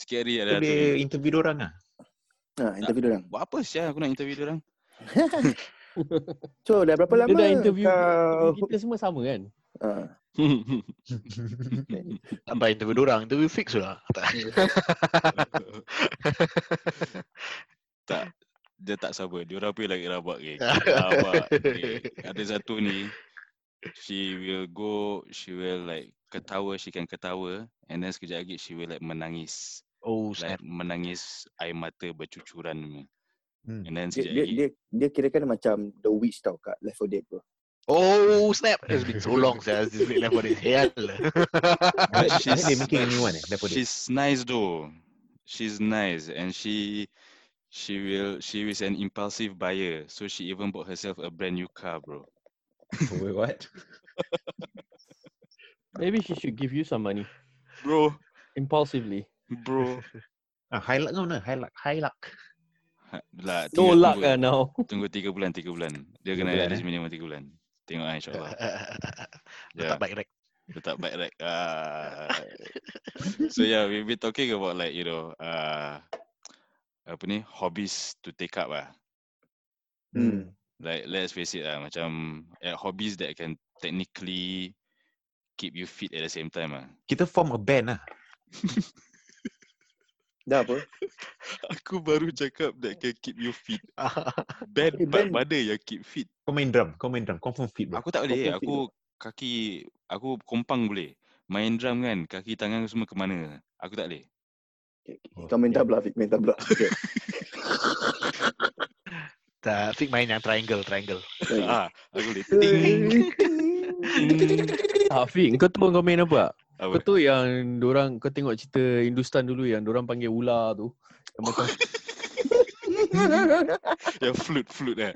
[SPEAKER 4] Scary lah ada
[SPEAKER 7] Kita boleh
[SPEAKER 4] tu.
[SPEAKER 7] interview orang ah.
[SPEAKER 2] ah, interview dia orang.
[SPEAKER 4] Buat apa sih aku nak interview orang?
[SPEAKER 2] so dah berapa lama uh,
[SPEAKER 6] Dia dah interview,
[SPEAKER 2] kau...
[SPEAKER 6] interview kita semua sama kan?
[SPEAKER 2] Ah,
[SPEAKER 5] Apa interview orang, interview fix lah.
[SPEAKER 4] tak dia tak sabar. Dia orang pun lagi rabak ke. Rabak. Okay. Ada satu ni she will go she will like ketawa she can ketawa and then sekejap lagi she will like menangis.
[SPEAKER 5] oh
[SPEAKER 4] Like
[SPEAKER 5] snap.
[SPEAKER 4] menangis air mata bercucuran ni.
[SPEAKER 7] Hmm.
[SPEAKER 4] And then
[SPEAKER 2] dia,
[SPEAKER 4] sekejap
[SPEAKER 2] dia,
[SPEAKER 4] lagi
[SPEAKER 2] dia, dia kira kan macam The Witch tau kat Left 4 Dead bro.
[SPEAKER 5] Oh snap. It's been so long since this late level is hell.
[SPEAKER 7] I heard, I
[SPEAKER 4] she's,
[SPEAKER 7] heard they making a new one eh. Daripada.
[SPEAKER 4] she's nice though. She's nice and she she will she is an impulsive buyer. So she even bought herself a brand new car, bro.
[SPEAKER 7] Wait, what?
[SPEAKER 6] Maybe she should give you some money
[SPEAKER 4] Bro,
[SPEAKER 6] impulsively.
[SPEAKER 4] bro.
[SPEAKER 7] Ah, Hilux kau mana? Hilux. Hilux.
[SPEAKER 4] Ha, lah,
[SPEAKER 6] No
[SPEAKER 4] tiga-
[SPEAKER 6] luck
[SPEAKER 4] tunggu-
[SPEAKER 6] ah now.
[SPEAKER 4] Tunggu tiga bulan, tiga bulan. Dia
[SPEAKER 7] Tiga
[SPEAKER 4] kena
[SPEAKER 7] bulan,
[SPEAKER 4] at least
[SPEAKER 7] eh?
[SPEAKER 4] minimum tiga bulan. Tengok lah
[SPEAKER 5] Oh.
[SPEAKER 4] insyaAllah. Ya.
[SPEAKER 5] Letak
[SPEAKER 4] Yeah,
[SPEAKER 5] bike rack.
[SPEAKER 4] letak bike rack. Ah. so yeah, we've been talking about like, you know, uh, apa ni, hobbies to take up lah.
[SPEAKER 2] Hmm.
[SPEAKER 4] Like, let's face it lah, macam uh, hobbies that can technically keep you fit at the same time ah.
[SPEAKER 7] Kita form a band lah.
[SPEAKER 2] Dah apa?
[SPEAKER 4] Aku baru cakap that can keep you fit. Band,
[SPEAKER 2] Eh,
[SPEAKER 4] part
[SPEAKER 2] band-
[SPEAKER 4] mana yang keep fit?
[SPEAKER 7] Kau main drum. Kau main drum. Confirm fit bro.
[SPEAKER 4] Aku tak boleh.
[SPEAKER 2] Confirm fit
[SPEAKER 4] Aku kaki aku kompang boleh. Main drum kan, kaki tangan aku semua ke mana. Aku tak boleh.
[SPEAKER 2] Okay, okay. Kau main tabla, Fik. Main tabla. Okay.
[SPEAKER 5] Tak, Fik main yang triangle, triangle.
[SPEAKER 2] okay.
[SPEAKER 4] Ah, aku boleh.
[SPEAKER 6] Afiq, kau tahu kau main apa?
[SPEAKER 4] Apa?
[SPEAKER 6] Kau tu yang dorang kau tengok cerita Hindustan dulu yang dorang panggil ular tu. Yang macam
[SPEAKER 4] Yang flute, flute eh.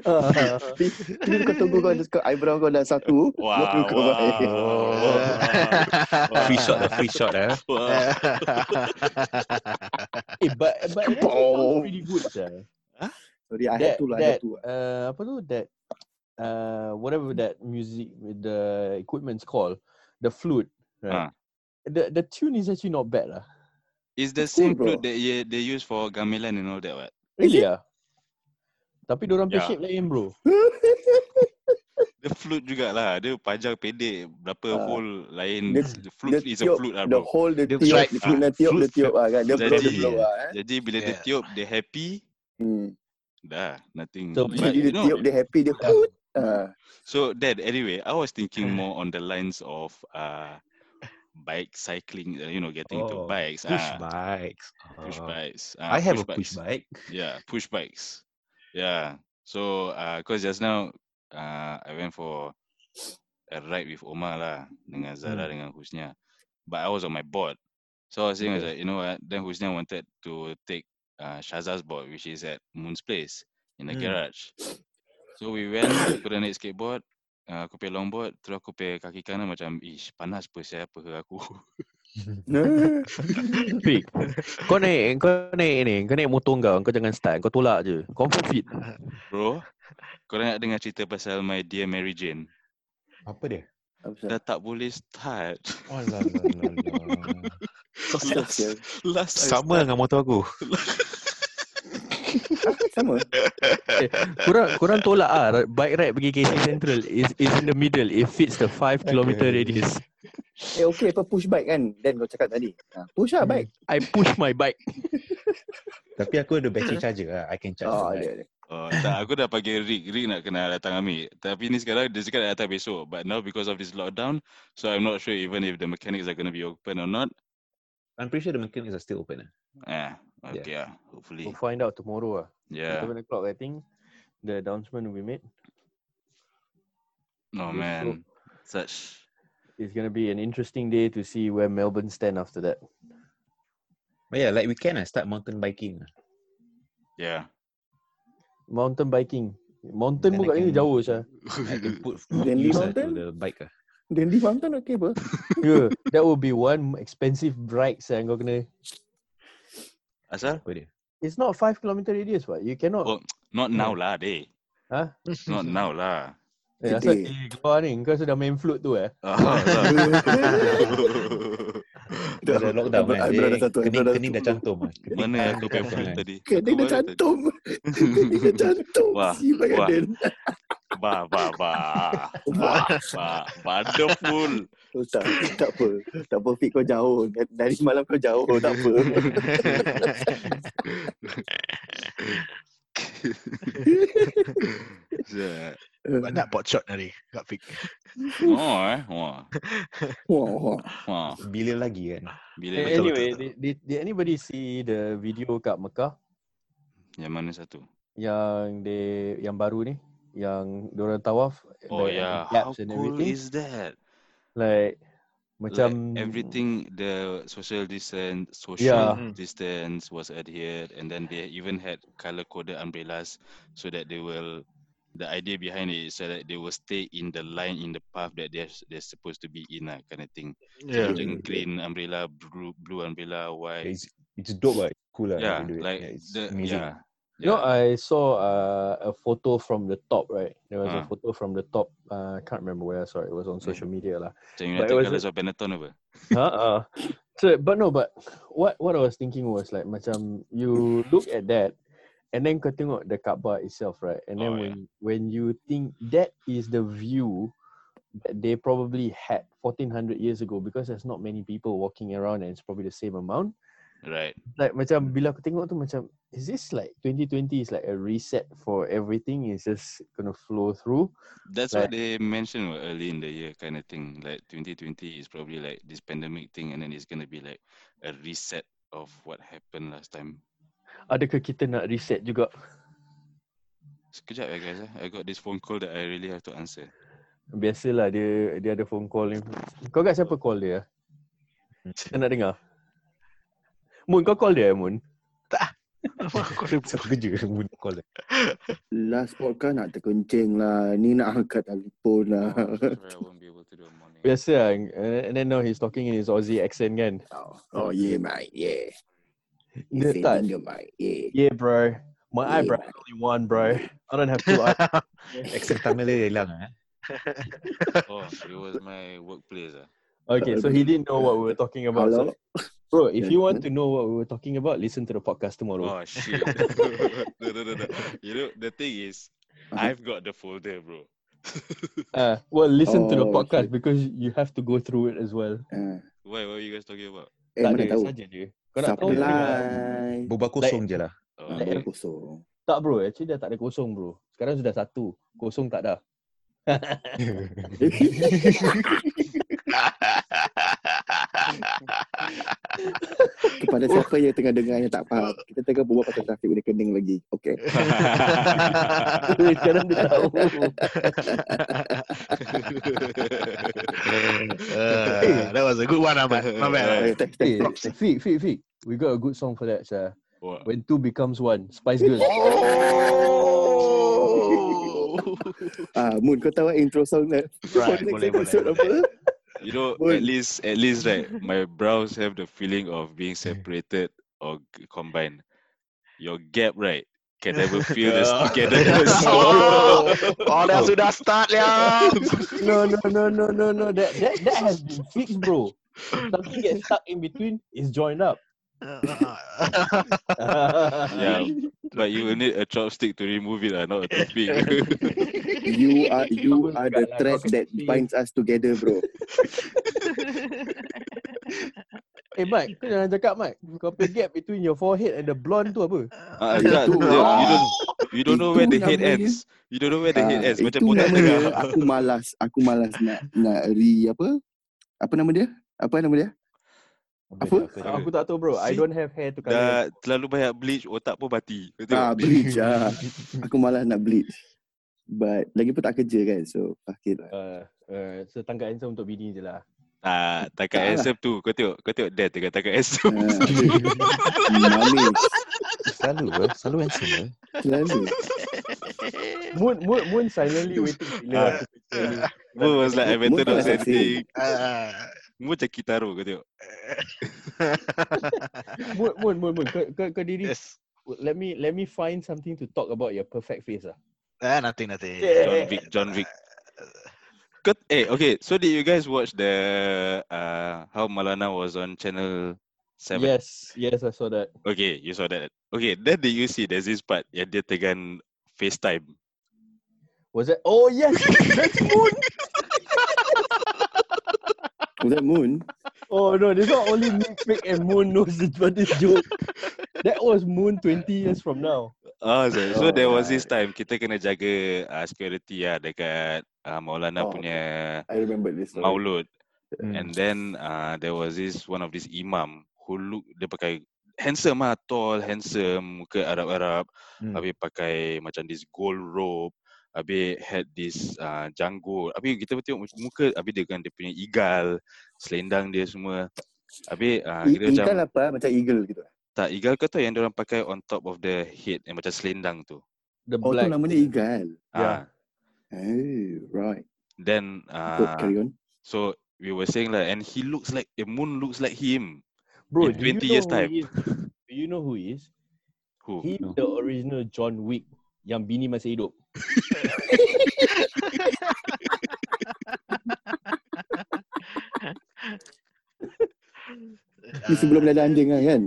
[SPEAKER 2] Fik, Kira kau tunggu kau, kau eyebrow kau dah satu.
[SPEAKER 4] Wah,
[SPEAKER 2] baru kau
[SPEAKER 4] wah,
[SPEAKER 2] main.
[SPEAKER 5] Oh. Eh.
[SPEAKER 4] wah.
[SPEAKER 7] Free shot lah, free shot lah.
[SPEAKER 4] Wah.
[SPEAKER 6] eh but but that sounds pretty good sir.
[SPEAKER 2] Sorry, I
[SPEAKER 6] That,
[SPEAKER 2] had two lah. I
[SPEAKER 6] that
[SPEAKER 2] had two ah. Hmm. lah.
[SPEAKER 6] uh, apa tu that uh, whatever that music the equipment's called the flute
[SPEAKER 4] Ah.
[SPEAKER 6] right. The the tune is actually not bad lah.
[SPEAKER 4] Eh, It's the
[SPEAKER 2] It's
[SPEAKER 4] same
[SPEAKER 2] cool,
[SPEAKER 4] flute
[SPEAKER 2] bro.
[SPEAKER 4] that ye- they use for gamelan and all that what?
[SPEAKER 6] Really ah. Tapi dorang punya
[SPEAKER 4] Yeah.
[SPEAKER 6] shape lain bro.
[SPEAKER 4] The flute jugalah. Dia panjang pendek. Berapa
[SPEAKER 2] Ah.
[SPEAKER 4] hole lain.
[SPEAKER 2] The-
[SPEAKER 4] The flute is a
[SPEAKER 2] tiup,
[SPEAKER 4] flute lah
[SPEAKER 2] The
[SPEAKER 4] bro.
[SPEAKER 2] whole, the
[SPEAKER 5] Dia
[SPEAKER 2] tiup,
[SPEAKER 5] strike,
[SPEAKER 2] the tiup, the
[SPEAKER 4] ah,
[SPEAKER 2] tiup, the
[SPEAKER 4] flute,
[SPEAKER 2] tiup lah kan. Dia blow, the
[SPEAKER 4] jadi-
[SPEAKER 2] blow lah. eh.
[SPEAKER 4] Jadi bila dia
[SPEAKER 5] Yeah.
[SPEAKER 4] tiup, dia happy.
[SPEAKER 2] Hmm.
[SPEAKER 4] Dah, nothing.
[SPEAKER 6] So,
[SPEAKER 4] But,
[SPEAKER 2] Jadi
[SPEAKER 4] you
[SPEAKER 2] dia
[SPEAKER 4] know,
[SPEAKER 2] tiup, dia happy, dia hoot. Ah,
[SPEAKER 4] So that anyway, I was
[SPEAKER 7] Uh-huh.
[SPEAKER 4] thinking more on the lines of uh bike cycling, uh, you know, getting to
[SPEAKER 7] Oh,
[SPEAKER 4] bikes,
[SPEAKER 7] Push
[SPEAKER 4] ah,
[SPEAKER 7] bikes.
[SPEAKER 4] push
[SPEAKER 7] Oh.
[SPEAKER 4] bikes. ah,
[SPEAKER 7] I have a
[SPEAKER 4] bikes.
[SPEAKER 7] push bike.
[SPEAKER 4] Yeah, push bikes. Yeah. So uh, cause just now uh, I went for a ride with Omar lah dengan Zara
[SPEAKER 7] Mm.
[SPEAKER 4] dengan Husnia, but I was on my board. So I was saying, I was like, you know what? Then Husnia wanted to take uh, Shaza's board, which is at Moon's place in the
[SPEAKER 7] Mm.
[SPEAKER 4] garage. So we went, aku dah naik skateboard, uh, aku pakai longboard, terus aku pakai kaki kanan macam, ish, panas apa siapa ke aku.
[SPEAKER 2] Nah.
[SPEAKER 6] Fik, kau naik, kau naik ni, kau naik motor kau, kau jangan start, kau tolak je. Confirm fit.
[SPEAKER 4] Bro, korang nak dengar cerita pasal my dear Mary Jane?
[SPEAKER 7] Apa dia?
[SPEAKER 2] Apa
[SPEAKER 4] Dah tak boleh start.
[SPEAKER 7] Oh la la la la.
[SPEAKER 2] Kau
[SPEAKER 4] Last,
[SPEAKER 2] self sial.
[SPEAKER 4] last I
[SPEAKER 7] Sama
[SPEAKER 4] start.
[SPEAKER 7] dengan motor aku.
[SPEAKER 2] Ah, sama.
[SPEAKER 6] Eh, korang, korang tolak ah ra- bike ride pergi KC Central is is in the middle. It fits the 5 km
[SPEAKER 7] Okay.
[SPEAKER 6] radius.
[SPEAKER 2] Eh, okay, apa push bike kan? Dan kau cakap tadi. Ah, push
[SPEAKER 6] Hmm,
[SPEAKER 2] lah bike.
[SPEAKER 6] I push my bike.
[SPEAKER 7] Tapi aku ada battery charger lah. I can charge
[SPEAKER 2] Oh,
[SPEAKER 7] the bike.
[SPEAKER 2] ada, ada.
[SPEAKER 4] Oh, tak, aku dah panggil Rick. Rick nak kena datang ambil. Tapi ni sekarang dia cakap nak datang besok. But now because of this lockdown, so I'm not sure even if the mechanics are going to be open or not.
[SPEAKER 7] I'm pretty sure the mechanics are still open. Eh?
[SPEAKER 4] Eh, okay yeah. lah. Hopefully.
[SPEAKER 6] We'll find out tomorrow ah.
[SPEAKER 4] Yeah.
[SPEAKER 6] 7 o'clock I think the announcement will be made.
[SPEAKER 4] No,
[SPEAKER 6] Besok.
[SPEAKER 4] man. Such.
[SPEAKER 6] It's going to be an interesting day to see where Melbourne stand after that.
[SPEAKER 7] But yeah, like we can I start mountain biking. lah.
[SPEAKER 4] Yeah.
[SPEAKER 6] Mountain biking. Mountain
[SPEAKER 7] Then
[SPEAKER 6] pun
[SPEAKER 7] I
[SPEAKER 6] kat sini
[SPEAKER 7] can-
[SPEAKER 6] jauh sah.
[SPEAKER 7] I can put
[SPEAKER 2] Then
[SPEAKER 7] use
[SPEAKER 2] leave
[SPEAKER 7] ah, to
[SPEAKER 2] mountain?
[SPEAKER 7] the bike. ah.
[SPEAKER 2] Dandy mountain okay apa?
[SPEAKER 6] Yeah, that will be one expensive ride sah yang kau kena
[SPEAKER 4] Asal?
[SPEAKER 7] Apa dia?
[SPEAKER 6] It's not five kilometer radius, what? You cannot.
[SPEAKER 4] Oh, Not now lah, deh.
[SPEAKER 6] Huh?
[SPEAKER 4] Not now lah.
[SPEAKER 6] eh, asal
[SPEAKER 2] sedih.
[SPEAKER 6] eh, kau ni, kau sudah main flute tu eh?
[SPEAKER 4] Ah,
[SPEAKER 7] Dah ada lockdown
[SPEAKER 2] Eyebrow dah
[SPEAKER 7] kan. Dia
[SPEAKER 2] satu, eyebrow
[SPEAKER 7] kening,
[SPEAKER 2] eh. dah
[SPEAKER 7] kening dah
[SPEAKER 2] satu.
[SPEAKER 7] cantum. ah. Kening
[SPEAKER 4] Mana
[SPEAKER 7] tangan
[SPEAKER 4] aku
[SPEAKER 7] dah
[SPEAKER 4] punya
[SPEAKER 7] cantum
[SPEAKER 4] flute
[SPEAKER 7] kan.
[SPEAKER 4] tadi?
[SPEAKER 2] Kening dah
[SPEAKER 4] Aku baru tadi.
[SPEAKER 2] cantum. Kening dah cantum.
[SPEAKER 4] Wah,
[SPEAKER 2] Si
[SPEAKER 4] wah.
[SPEAKER 2] Bagaden.
[SPEAKER 4] Ba, ba, ba. Ba, ba. Wonderful.
[SPEAKER 2] Oh, tak, tak apa. Tak apa, Fik kau jauh. Dari semalam kau jauh, tak apa.
[SPEAKER 4] Zat.
[SPEAKER 5] Banyak pot shot hari kat Fik.
[SPEAKER 4] Oh eh. Wah.
[SPEAKER 2] Wah, wah.
[SPEAKER 4] Wah.
[SPEAKER 7] Bila lagi kan?
[SPEAKER 4] Bila
[SPEAKER 6] Eh,
[SPEAKER 4] betul-
[SPEAKER 6] anyway, did, did, did anybody see the video kat Mekah
[SPEAKER 4] Yang mana satu?
[SPEAKER 6] yang they yang baru ni? Yang diorang tawaf
[SPEAKER 4] Oh
[SPEAKER 6] like,
[SPEAKER 4] yeah.
[SPEAKER 6] having
[SPEAKER 4] How
[SPEAKER 6] gaps and
[SPEAKER 4] cool
[SPEAKER 6] everything.
[SPEAKER 4] is that?
[SPEAKER 6] Like macam
[SPEAKER 4] like
[SPEAKER 6] Ya.
[SPEAKER 4] everything the social distance social
[SPEAKER 6] Yeah.
[SPEAKER 5] Mm.
[SPEAKER 4] distance was adhered and then they even had color coded umbrellas so that they will the idea behind it is so that they will stay in the line in the path that they're s- they're supposed to be in uh, kind of thing so
[SPEAKER 5] Yeah.
[SPEAKER 4] macam green umbrella blue blue umbrella white
[SPEAKER 7] It's, it's dope lah. It's cool lah.
[SPEAKER 4] yeah
[SPEAKER 7] they do it.
[SPEAKER 4] like
[SPEAKER 7] Yeah, it's
[SPEAKER 4] the
[SPEAKER 7] amazing.
[SPEAKER 4] yeah
[SPEAKER 6] You know,
[SPEAKER 4] yeah
[SPEAKER 6] I saw uh, a photo from the top, right? There was
[SPEAKER 4] Ah. Mm.
[SPEAKER 6] a photo from the top. Uh, I can't remember where I saw it. It was on social media lah.
[SPEAKER 4] so you
[SPEAKER 6] but it
[SPEAKER 4] take
[SPEAKER 6] was
[SPEAKER 4] colours of Benetton over
[SPEAKER 6] uh-uh. So, but no, but what what I was thinking was like macam you look at that, and then kau tengok the Kaabah itself, right? And then
[SPEAKER 4] Oh, yeah.
[SPEAKER 6] when when you think that is the view that they probably had 1400 years ago because there's not many people walking around and it's probably the same amount.
[SPEAKER 4] right
[SPEAKER 6] Like macam bila aku tengok tu macam is this like 2020 is like a reset for everything? It's just gonna flow through.
[SPEAKER 4] That's
[SPEAKER 6] Like-
[SPEAKER 4] what they mentioned were early in the year, kind of thing. Like 2020 is probably like this pandemic thing, and then it's gonna be like a reset of what happened last time.
[SPEAKER 6] Adakah kita nak reset juga?
[SPEAKER 4] Sekejap ya guys eh. I got this phone call that I really have to answer.
[SPEAKER 6] Biasalah dia dia ada phone call ni. Kau kat siapa call dia? Kita nak dengar. Mun kau call dia eh, Mun.
[SPEAKER 5] Aku ada-
[SPEAKER 7] Siapa kerja Budak call lah.
[SPEAKER 2] Last podcast nak terkencing lah. Ni nak angkat telefon lah.
[SPEAKER 4] Sorry, I won't be able to do it morning.
[SPEAKER 6] Biasa lah. And then now he's talking in his Aussie accent kan.
[SPEAKER 2] Oh, yeah, mate. Yeah.
[SPEAKER 6] Dia
[SPEAKER 2] It's a
[SPEAKER 6] tak.
[SPEAKER 2] nigga, mate. Yeah.
[SPEAKER 6] Yeah bro. My
[SPEAKER 2] Yeah,
[SPEAKER 6] eyebrow
[SPEAKER 2] mate.
[SPEAKER 6] is only one bro. I don't have two eyebrows.
[SPEAKER 7] Accent Tamil dia hilang lah eh.
[SPEAKER 4] Oh, it was my workplace ah.
[SPEAKER 6] Okay, so he didn't know what we were talking about. So,
[SPEAKER 2] Hello?
[SPEAKER 6] bro, if you want to know what we were talking about, listen to the podcast tomorrow.
[SPEAKER 4] Oh shit. no, no, no, no. You know the thing is, I've got the folder, bro.
[SPEAKER 6] Uh, well, listen to the
[SPEAKER 2] Oh,
[SPEAKER 6] podcast
[SPEAKER 2] okay.
[SPEAKER 6] because you have to go through it as well.
[SPEAKER 2] Ah.
[SPEAKER 4] Why? What are you guys talking about?
[SPEAKER 2] Eh,
[SPEAKER 6] tak
[SPEAKER 2] mana
[SPEAKER 6] ada
[SPEAKER 2] tahu.
[SPEAKER 6] saja dia. Kau nak tahu?
[SPEAKER 2] Supply.
[SPEAKER 6] lah.
[SPEAKER 7] Berubah kosong je lah.
[SPEAKER 4] Oh,
[SPEAKER 2] Ah,
[SPEAKER 4] okay.
[SPEAKER 2] Mana kosong.
[SPEAKER 6] Tak bro, actually dah tak ada kosong bro. Sekarang sudah satu. Kosong tak ada.
[SPEAKER 2] Kepada siapa yang tengah dengar yang tak faham. Kita tengah berbual pasal trafik boleh kening lagi. Okay.
[SPEAKER 6] Sekarang dia tahu.
[SPEAKER 5] Uh, that was a good one, Ahmad. My bad.
[SPEAKER 2] Eh, thanks, thanks.
[SPEAKER 6] Hey, Fik, Fik, Fik. We got a good song for that, sir.
[SPEAKER 4] What?
[SPEAKER 6] When two becomes one, Spice Girls.
[SPEAKER 2] Ah, Moon, kau tahu intro song nak? for
[SPEAKER 5] Right,
[SPEAKER 2] next
[SPEAKER 5] boleh, boleh,
[SPEAKER 2] episode apa?
[SPEAKER 4] You know, at
[SPEAKER 2] Boy.
[SPEAKER 4] least at least right, my brows have the feeling of being separated or g- combined. Your gap right can never feel the
[SPEAKER 5] Yeah.
[SPEAKER 4] togetherness.
[SPEAKER 5] Oh, oh, dah sudah start Liam.
[SPEAKER 6] no, no, no, no, no, no. That, that, that has been fixed, bro. Something gets stuck in between, is joined up.
[SPEAKER 4] yeah, but you will need a chopstick to remove it, ah, not a toothpick.
[SPEAKER 2] You are you
[SPEAKER 6] Bagus
[SPEAKER 2] are the
[SPEAKER 6] juga lah,
[SPEAKER 2] thread
[SPEAKER 6] kau
[SPEAKER 2] that
[SPEAKER 6] kecil.
[SPEAKER 2] binds us together, bro.
[SPEAKER 6] Eh, Mike, kau jangan cakap, Mike. Kau punya gap between your forehead and the blonde tu apa?
[SPEAKER 4] Ah,
[SPEAKER 2] Itu
[SPEAKER 4] tak, tak, you
[SPEAKER 2] lah.
[SPEAKER 4] don't you don't know where the
[SPEAKER 2] Itu
[SPEAKER 4] head
[SPEAKER 2] namanya-
[SPEAKER 4] ends. You don't know where the head
[SPEAKER 2] Ah,
[SPEAKER 4] ends. Macam
[SPEAKER 2] itu
[SPEAKER 4] botak
[SPEAKER 2] namanya
[SPEAKER 4] tengah.
[SPEAKER 2] aku malas. Aku malas nak nak re apa? Apa nama dia? Apa nama dia? Apa?
[SPEAKER 7] dah?
[SPEAKER 6] Aku tak tahu, bro. I
[SPEAKER 4] See?
[SPEAKER 6] don't have hair to color.
[SPEAKER 4] Dah terlalu banyak bleach, otak pun mati. Kau tengok.
[SPEAKER 2] Ah, bleach. ah. Aku malas nak bleach. But lagi pun tak kerja kan. So, fuck it lah.
[SPEAKER 6] Uh, uh, so, tangkap handsome untuk bini je lah.
[SPEAKER 4] Ah,
[SPEAKER 2] Tak
[SPEAKER 4] takat
[SPEAKER 2] lah.
[SPEAKER 4] handsome tu. Kau tengok, kau tengok death dekat takat handsome.
[SPEAKER 2] Ah. Manis.
[SPEAKER 7] Selalu eh. Selalu handsome eh.
[SPEAKER 2] Selalu.
[SPEAKER 6] Moon, Moon, Moon silently waiting
[SPEAKER 4] Ah.
[SPEAKER 6] bila aku picture ni.
[SPEAKER 4] Mu was like, I better
[SPEAKER 2] Hmm. Mu
[SPEAKER 4] not say
[SPEAKER 2] tak
[SPEAKER 4] anything. Mu macam Kitaro kau tengok.
[SPEAKER 6] Moon, Moon, Moon, Moon. Kau, kau, kau diri
[SPEAKER 5] Yes.
[SPEAKER 6] let me let me find something to talk about your perfect face ah.
[SPEAKER 5] Ah, nothing, nothing.
[SPEAKER 2] Eh.
[SPEAKER 4] John Wick, John Wick. Kau, eh, okay. So did you guys watch the uh, how Malana was on channel 7?
[SPEAKER 6] Yes, yes, I saw that.
[SPEAKER 4] Okay, you saw that. Okay, then did you see there's this part yang dia tegan FaceTime.
[SPEAKER 6] Was that? Oh yes, that's Moon.
[SPEAKER 2] Was that Moon?
[SPEAKER 6] Oh no, this not only me, Fake and Moon knows about this joke. That was Moon 20 years from now.
[SPEAKER 4] Ah, so, so
[SPEAKER 2] Oh,
[SPEAKER 4] there was this time kita kena jaga uh, security lah dekat uh, Maulana
[SPEAKER 2] Oh,
[SPEAKER 4] punya
[SPEAKER 2] I remember this story.
[SPEAKER 4] maulud.
[SPEAKER 7] Hmm.
[SPEAKER 4] And then uh, there was this one of this imam who look dia pakai handsome ah, tall, handsome, muka Arab-Arab.
[SPEAKER 7] Hmm.
[SPEAKER 4] Habis pakai macam this gold robe. Habis had this uh, janggut. Habis kita tengok muka habis dia kan dia punya igal, selendang dia semua. Habis uh,
[SPEAKER 2] I-
[SPEAKER 4] kita macam
[SPEAKER 7] lah.
[SPEAKER 2] Ikan apa? Macam eagle gitu.
[SPEAKER 4] tak igal kau tahu yang dia orang pakai on top of the head yang macam selendang tu.
[SPEAKER 6] The
[SPEAKER 2] Oh, tu
[SPEAKER 6] black.
[SPEAKER 2] namanya igal.
[SPEAKER 4] Ah,
[SPEAKER 7] Ya.
[SPEAKER 6] Yeah.
[SPEAKER 2] Oh, right.
[SPEAKER 4] then
[SPEAKER 2] Go,
[SPEAKER 4] uh,
[SPEAKER 2] carry on.
[SPEAKER 4] so we were saying like and he looks like the moon looks like him.
[SPEAKER 6] Bro,
[SPEAKER 4] in
[SPEAKER 6] do
[SPEAKER 4] 20
[SPEAKER 6] you know
[SPEAKER 4] years
[SPEAKER 6] who
[SPEAKER 4] time.
[SPEAKER 6] he is? Do you know who he is?
[SPEAKER 4] Who?
[SPEAKER 6] He the original John Wick yang bini masih hidup.
[SPEAKER 2] Ni
[SPEAKER 5] Ah.
[SPEAKER 2] sebelum dah ada anjing lah kan?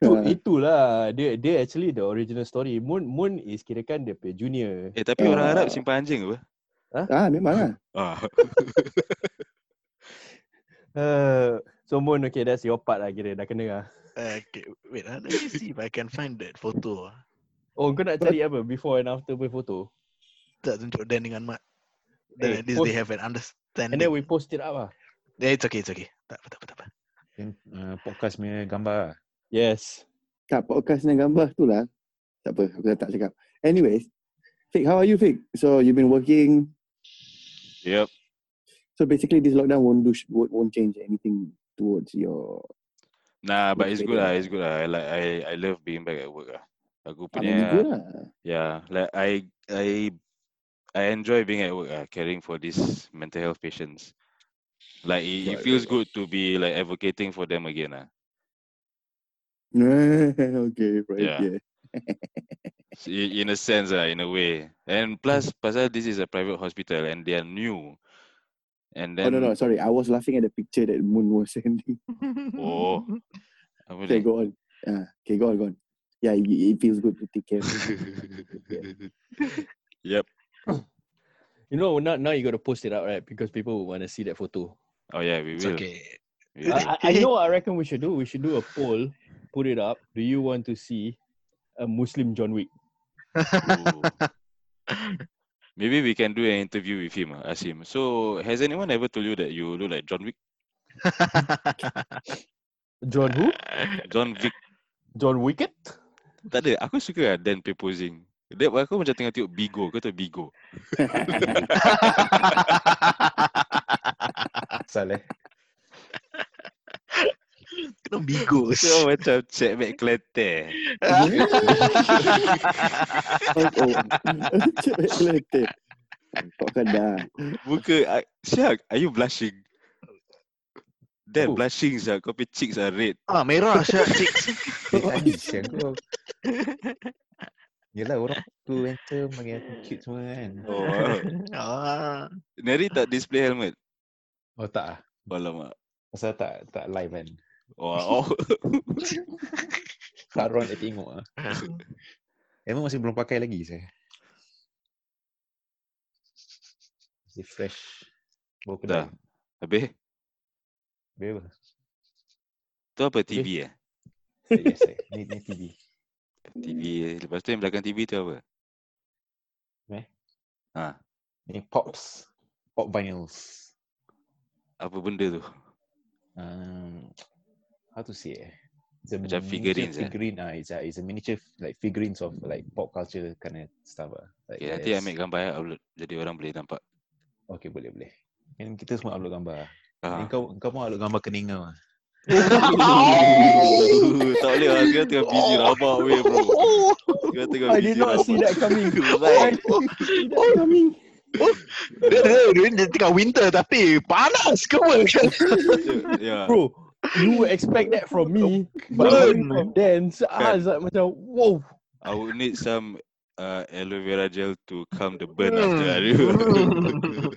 [SPEAKER 6] tu
[SPEAKER 2] Ah.
[SPEAKER 6] itulah dia dia actually the original story. Moon Moon is kirakan dia punya junior.
[SPEAKER 4] Eh tapi orang
[SPEAKER 2] Ah.
[SPEAKER 4] Arab simpan anjing apa?
[SPEAKER 2] Ah, memang lah.
[SPEAKER 4] Ah.
[SPEAKER 6] Uh, so Moon, okay, that's your part lah kira. Dah kena lah.
[SPEAKER 5] Okay, wait, ah, let me see if I can find that photo. ah.
[SPEAKER 6] Oh, kau nak cari apa? Before and after punya foto?
[SPEAKER 5] Tak tunjuk Dan dengan Mat.
[SPEAKER 6] Eh,
[SPEAKER 5] Then at least
[SPEAKER 6] post-
[SPEAKER 5] they have an
[SPEAKER 6] And
[SPEAKER 5] understanding.
[SPEAKER 6] then we post it up lah.
[SPEAKER 5] Yeah, it's okay, it's okay. Tak apa, tak apa, tak apa.
[SPEAKER 7] Then uh, podcast punya gambar lah.
[SPEAKER 6] Yes.
[SPEAKER 2] Tak, podcast dengan gambar tu lah. Tak apa, aku dah tak cakap. Anyways, Fik, how are you, Fik? So, you've been working.
[SPEAKER 4] Yep.
[SPEAKER 2] So, basically, this lockdown won't do, sh- won't, won't change anything towards your...
[SPEAKER 4] Nah, but it's
[SPEAKER 2] Okay,
[SPEAKER 4] good lah.
[SPEAKER 2] then.
[SPEAKER 4] It's good lah. I like I I love being back at work lah. Aku
[SPEAKER 2] I mean, you
[SPEAKER 4] punya
[SPEAKER 2] good lah.
[SPEAKER 4] yeah, like I I I enjoy being at work lah, caring for these mental health patients. Like it, it
[SPEAKER 2] Right,
[SPEAKER 4] feels
[SPEAKER 2] right,
[SPEAKER 4] good to be like advocating for them again lah.
[SPEAKER 2] okay, right,
[SPEAKER 4] Yeah.
[SPEAKER 2] yeah.
[SPEAKER 4] S- i- In a sense lah, in a way. And plus, pasal this is a private hospital and they are new. And
[SPEAKER 2] Oh,
[SPEAKER 4] then
[SPEAKER 2] no, no, sorry. I was laughing at the picture that Moon was sending.
[SPEAKER 4] Oh. apa ni?
[SPEAKER 2] Okay, go on. Uh, okay, go on, go on. Yeah, it, it feels good to take care of you.
[SPEAKER 4] yep.
[SPEAKER 6] You know, now, now you got to post it out, right? Because people will want to see that photo.
[SPEAKER 4] Oh yeah, we
[SPEAKER 5] It's
[SPEAKER 4] will.
[SPEAKER 5] okay.
[SPEAKER 4] We will.
[SPEAKER 6] I, I I know what I reckon we should do. We should do a poll, put it up. Do you want to see a Muslim John Wick?
[SPEAKER 4] Ooh. Maybe we can do an interview with him. ah, Ask him. So, has anyone ever told you that you look like John Wick?
[SPEAKER 6] John who?
[SPEAKER 4] John Wick.
[SPEAKER 6] John Wicket?
[SPEAKER 4] Tak ada. Aku suka lah Dan play posing. Dia, aku macam tengah tengok Bigo. Kau tahu Bigo?
[SPEAKER 7] Asal eh.
[SPEAKER 5] Kena bigos.
[SPEAKER 4] So, macam Cik Mac Klete.
[SPEAKER 2] oh, oh. Cik, letih. Kau kan dah.
[SPEAKER 4] Muka, ah, Syak, are you blushing? Dan,
[SPEAKER 6] Aku.
[SPEAKER 4] blushing Syak. Kau punya cheeks are red.
[SPEAKER 5] ah, merah syak cik.
[SPEAKER 7] Eh, Adi, siang kau. Yelah orang tu handsome bagi aku cute semua kan.
[SPEAKER 4] Oh, wow.
[SPEAKER 5] ah.
[SPEAKER 4] Neri tak display helmet?
[SPEAKER 7] Oh tak ah.
[SPEAKER 4] Alamak.
[SPEAKER 7] Pasal tak tak live kan.
[SPEAKER 4] Wow.
[SPEAKER 7] Haron dah tengok ah. Emang masih belum pakai lagi saya. Masih fresh. Baru
[SPEAKER 4] Dah.
[SPEAKER 7] kedai.
[SPEAKER 4] Habis?
[SPEAKER 7] Bebas.
[SPEAKER 4] Tu apa TV eh?
[SPEAKER 7] Yes, eh. Ni, ni TV.
[SPEAKER 4] TV.
[SPEAKER 6] Hmm.
[SPEAKER 4] eh. Lepas tu yang belakang TV tu apa?
[SPEAKER 7] Eh?
[SPEAKER 4] Ha,
[SPEAKER 7] Ni Pops. Pop vinyls.
[SPEAKER 4] apa benda tu?
[SPEAKER 7] Um, how to say eh? It's a
[SPEAKER 4] Macam
[SPEAKER 7] miniature
[SPEAKER 4] figurines, eh?
[SPEAKER 7] figurine ah. It's a it's a miniature like figurines of like pop culture kind of stuff ah. Like
[SPEAKER 4] Okay, nanti
[SPEAKER 7] there's-
[SPEAKER 4] ambil gambar eh, upload. Jadi orang boleh nampak.
[SPEAKER 7] Okay, boleh boleh. Kan kita semua upload gambar.
[SPEAKER 4] Ha.
[SPEAKER 7] Ha. Kau kau pun upload gambar kening kau. ah.
[SPEAKER 4] tak boleh lah. Sekarang tengah busy rabak weh bro. Sekarang tengah
[SPEAKER 6] I
[SPEAKER 4] busy
[SPEAKER 6] did not see that coming.
[SPEAKER 4] Right.
[SPEAKER 6] That coming.
[SPEAKER 5] Dia, dia, dia tengah winter tapi panas ke apa kan?
[SPEAKER 4] Yeah.
[SPEAKER 6] Bro, you would expect that from me, but coming from
[SPEAKER 5] Burn.
[SPEAKER 6] Dan, so I was like, macam, whoa.
[SPEAKER 4] I would need some uh, aloe vera gel to calm the burn
[SPEAKER 6] Hmm.
[SPEAKER 4] after hari.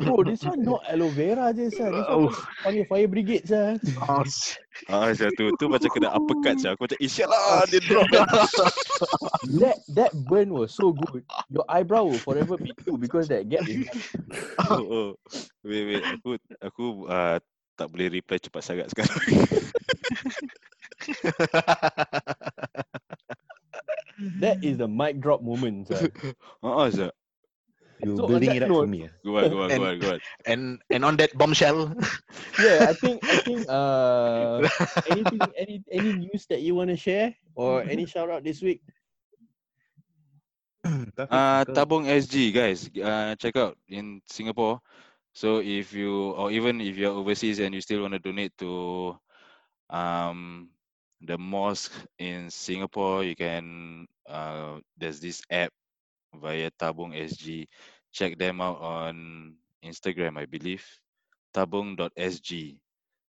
[SPEAKER 6] Bro, this one not aloe vera je, sah. This one
[SPEAKER 5] Oh.
[SPEAKER 6] panggil fire brigade, sah.
[SPEAKER 5] Oh, s-
[SPEAKER 4] Ah, saya tu tu macam kena uppercut je. Aku macam isyat
[SPEAKER 6] Oh,
[SPEAKER 4] lah dia drop dah.
[SPEAKER 6] That, that burn was so good. Your eyebrow will forever be two because that gap is
[SPEAKER 4] Oh, oh. Wait, wait. Aku aku uh, tak boleh reply cepat sangat sekarang.
[SPEAKER 6] That is the mic drop moment. sir.
[SPEAKER 4] Ha ah, Zak.
[SPEAKER 7] You
[SPEAKER 6] So on
[SPEAKER 7] building
[SPEAKER 6] that
[SPEAKER 7] it up
[SPEAKER 6] note-
[SPEAKER 7] for me. ah.
[SPEAKER 4] Go on, go on, go on, go on.
[SPEAKER 5] and and on that bombshell.
[SPEAKER 6] yeah, I think I think uh anything any any news that you want to share or any shout out this week?
[SPEAKER 7] Taufik,
[SPEAKER 4] Uh,
[SPEAKER 7] kau-
[SPEAKER 4] Tabung SG guys, uh, check out in Singapore. So if you or even if you're overseas and you still want to donate to um the mosque in Singapore, you can uh there's this app via Tabung SG. Check them out on Instagram, I believe. Tabung.sg.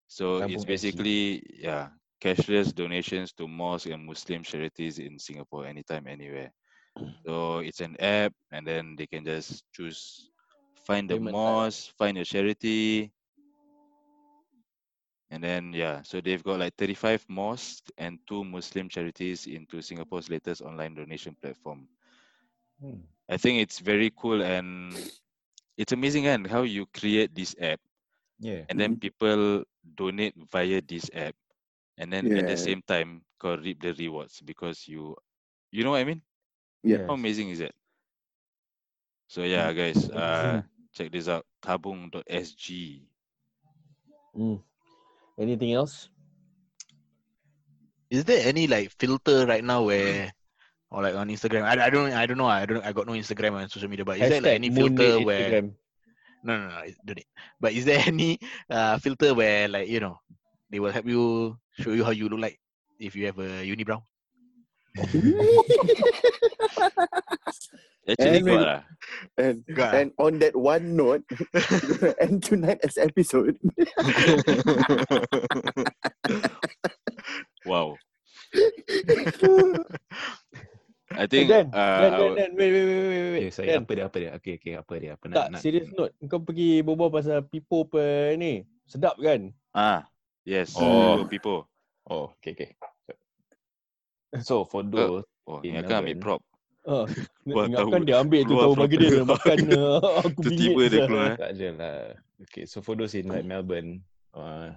[SPEAKER 4] So it's
[SPEAKER 7] Tabung SG.
[SPEAKER 4] basically yeah, cashless donations to mosque and Muslim charities in Singapore anytime, anywhere. So it's an app, and then they can just choose find the
[SPEAKER 6] Payment type.
[SPEAKER 4] mosque, find your charity, and then yeah. So they've got like 35 mosques and two Muslim charities into Singapore's latest online donation platform.
[SPEAKER 7] Hmm.
[SPEAKER 4] I think it's very cool and it's amazing and how you create this app
[SPEAKER 7] Yeah.
[SPEAKER 4] and then people donate via this app and then at the
[SPEAKER 2] Yeah.
[SPEAKER 4] same time go reap the rewards because you you know what I mean?
[SPEAKER 2] Yeah.
[SPEAKER 4] How amazing is that? So yeah,
[SPEAKER 7] Mm.
[SPEAKER 4] guys, uh, check this out. Tabung.sg.
[SPEAKER 6] Hmm. Anything else?
[SPEAKER 5] Is there any like filter right now where, or like on Instagram? I, I don't I don't know. I don't I got no Instagram on social media. But is there like any filter where? No, no, no, I don't need. But is there any uh, filter where like you know they will help you show you how you look like if you have a uni brow?
[SPEAKER 4] Actually,
[SPEAKER 2] And
[SPEAKER 4] got
[SPEAKER 2] when-
[SPEAKER 4] lah.
[SPEAKER 2] And,
[SPEAKER 5] Got ah.
[SPEAKER 2] and on that one note, we're gonna end tonight's episode.
[SPEAKER 4] Wow. I think
[SPEAKER 6] Eh, Dan,
[SPEAKER 4] uh,
[SPEAKER 6] Dan,
[SPEAKER 4] I
[SPEAKER 6] Dan,
[SPEAKER 4] would-
[SPEAKER 6] Dan, wait, wait, wait, wait, wait,
[SPEAKER 7] Okay,
[SPEAKER 6] wait.
[SPEAKER 7] sorry,
[SPEAKER 6] Dan,
[SPEAKER 7] apa dia, apa dia? Okay, okay, apa dia? Apa
[SPEAKER 6] tak, serious note. Kau pergi berbual pasal people per ni. Sedap kan?
[SPEAKER 4] ah yes.
[SPEAKER 7] Oh.
[SPEAKER 4] People, people.
[SPEAKER 7] Oh, okay, okay. So for those,
[SPEAKER 4] Oh,
[SPEAKER 7] In
[SPEAKER 4] ingatkan ambil prop.
[SPEAKER 7] Melbourne.
[SPEAKER 6] Ha.
[SPEAKER 4] Wah,
[SPEAKER 6] Nak ingatkan
[SPEAKER 4] tahu.
[SPEAKER 6] dia ambil tu
[SPEAKER 4] Keluar
[SPEAKER 6] tahu
[SPEAKER 4] from
[SPEAKER 6] bagi dia
[SPEAKER 4] the
[SPEAKER 6] dia makan. Aku
[SPEAKER 4] Tiba-tiba
[SPEAKER 6] bingit.
[SPEAKER 4] dia
[SPEAKER 6] sia.
[SPEAKER 4] keluar. eh.
[SPEAKER 7] tak je lah. Okay, so for those in like Melbourne, uh,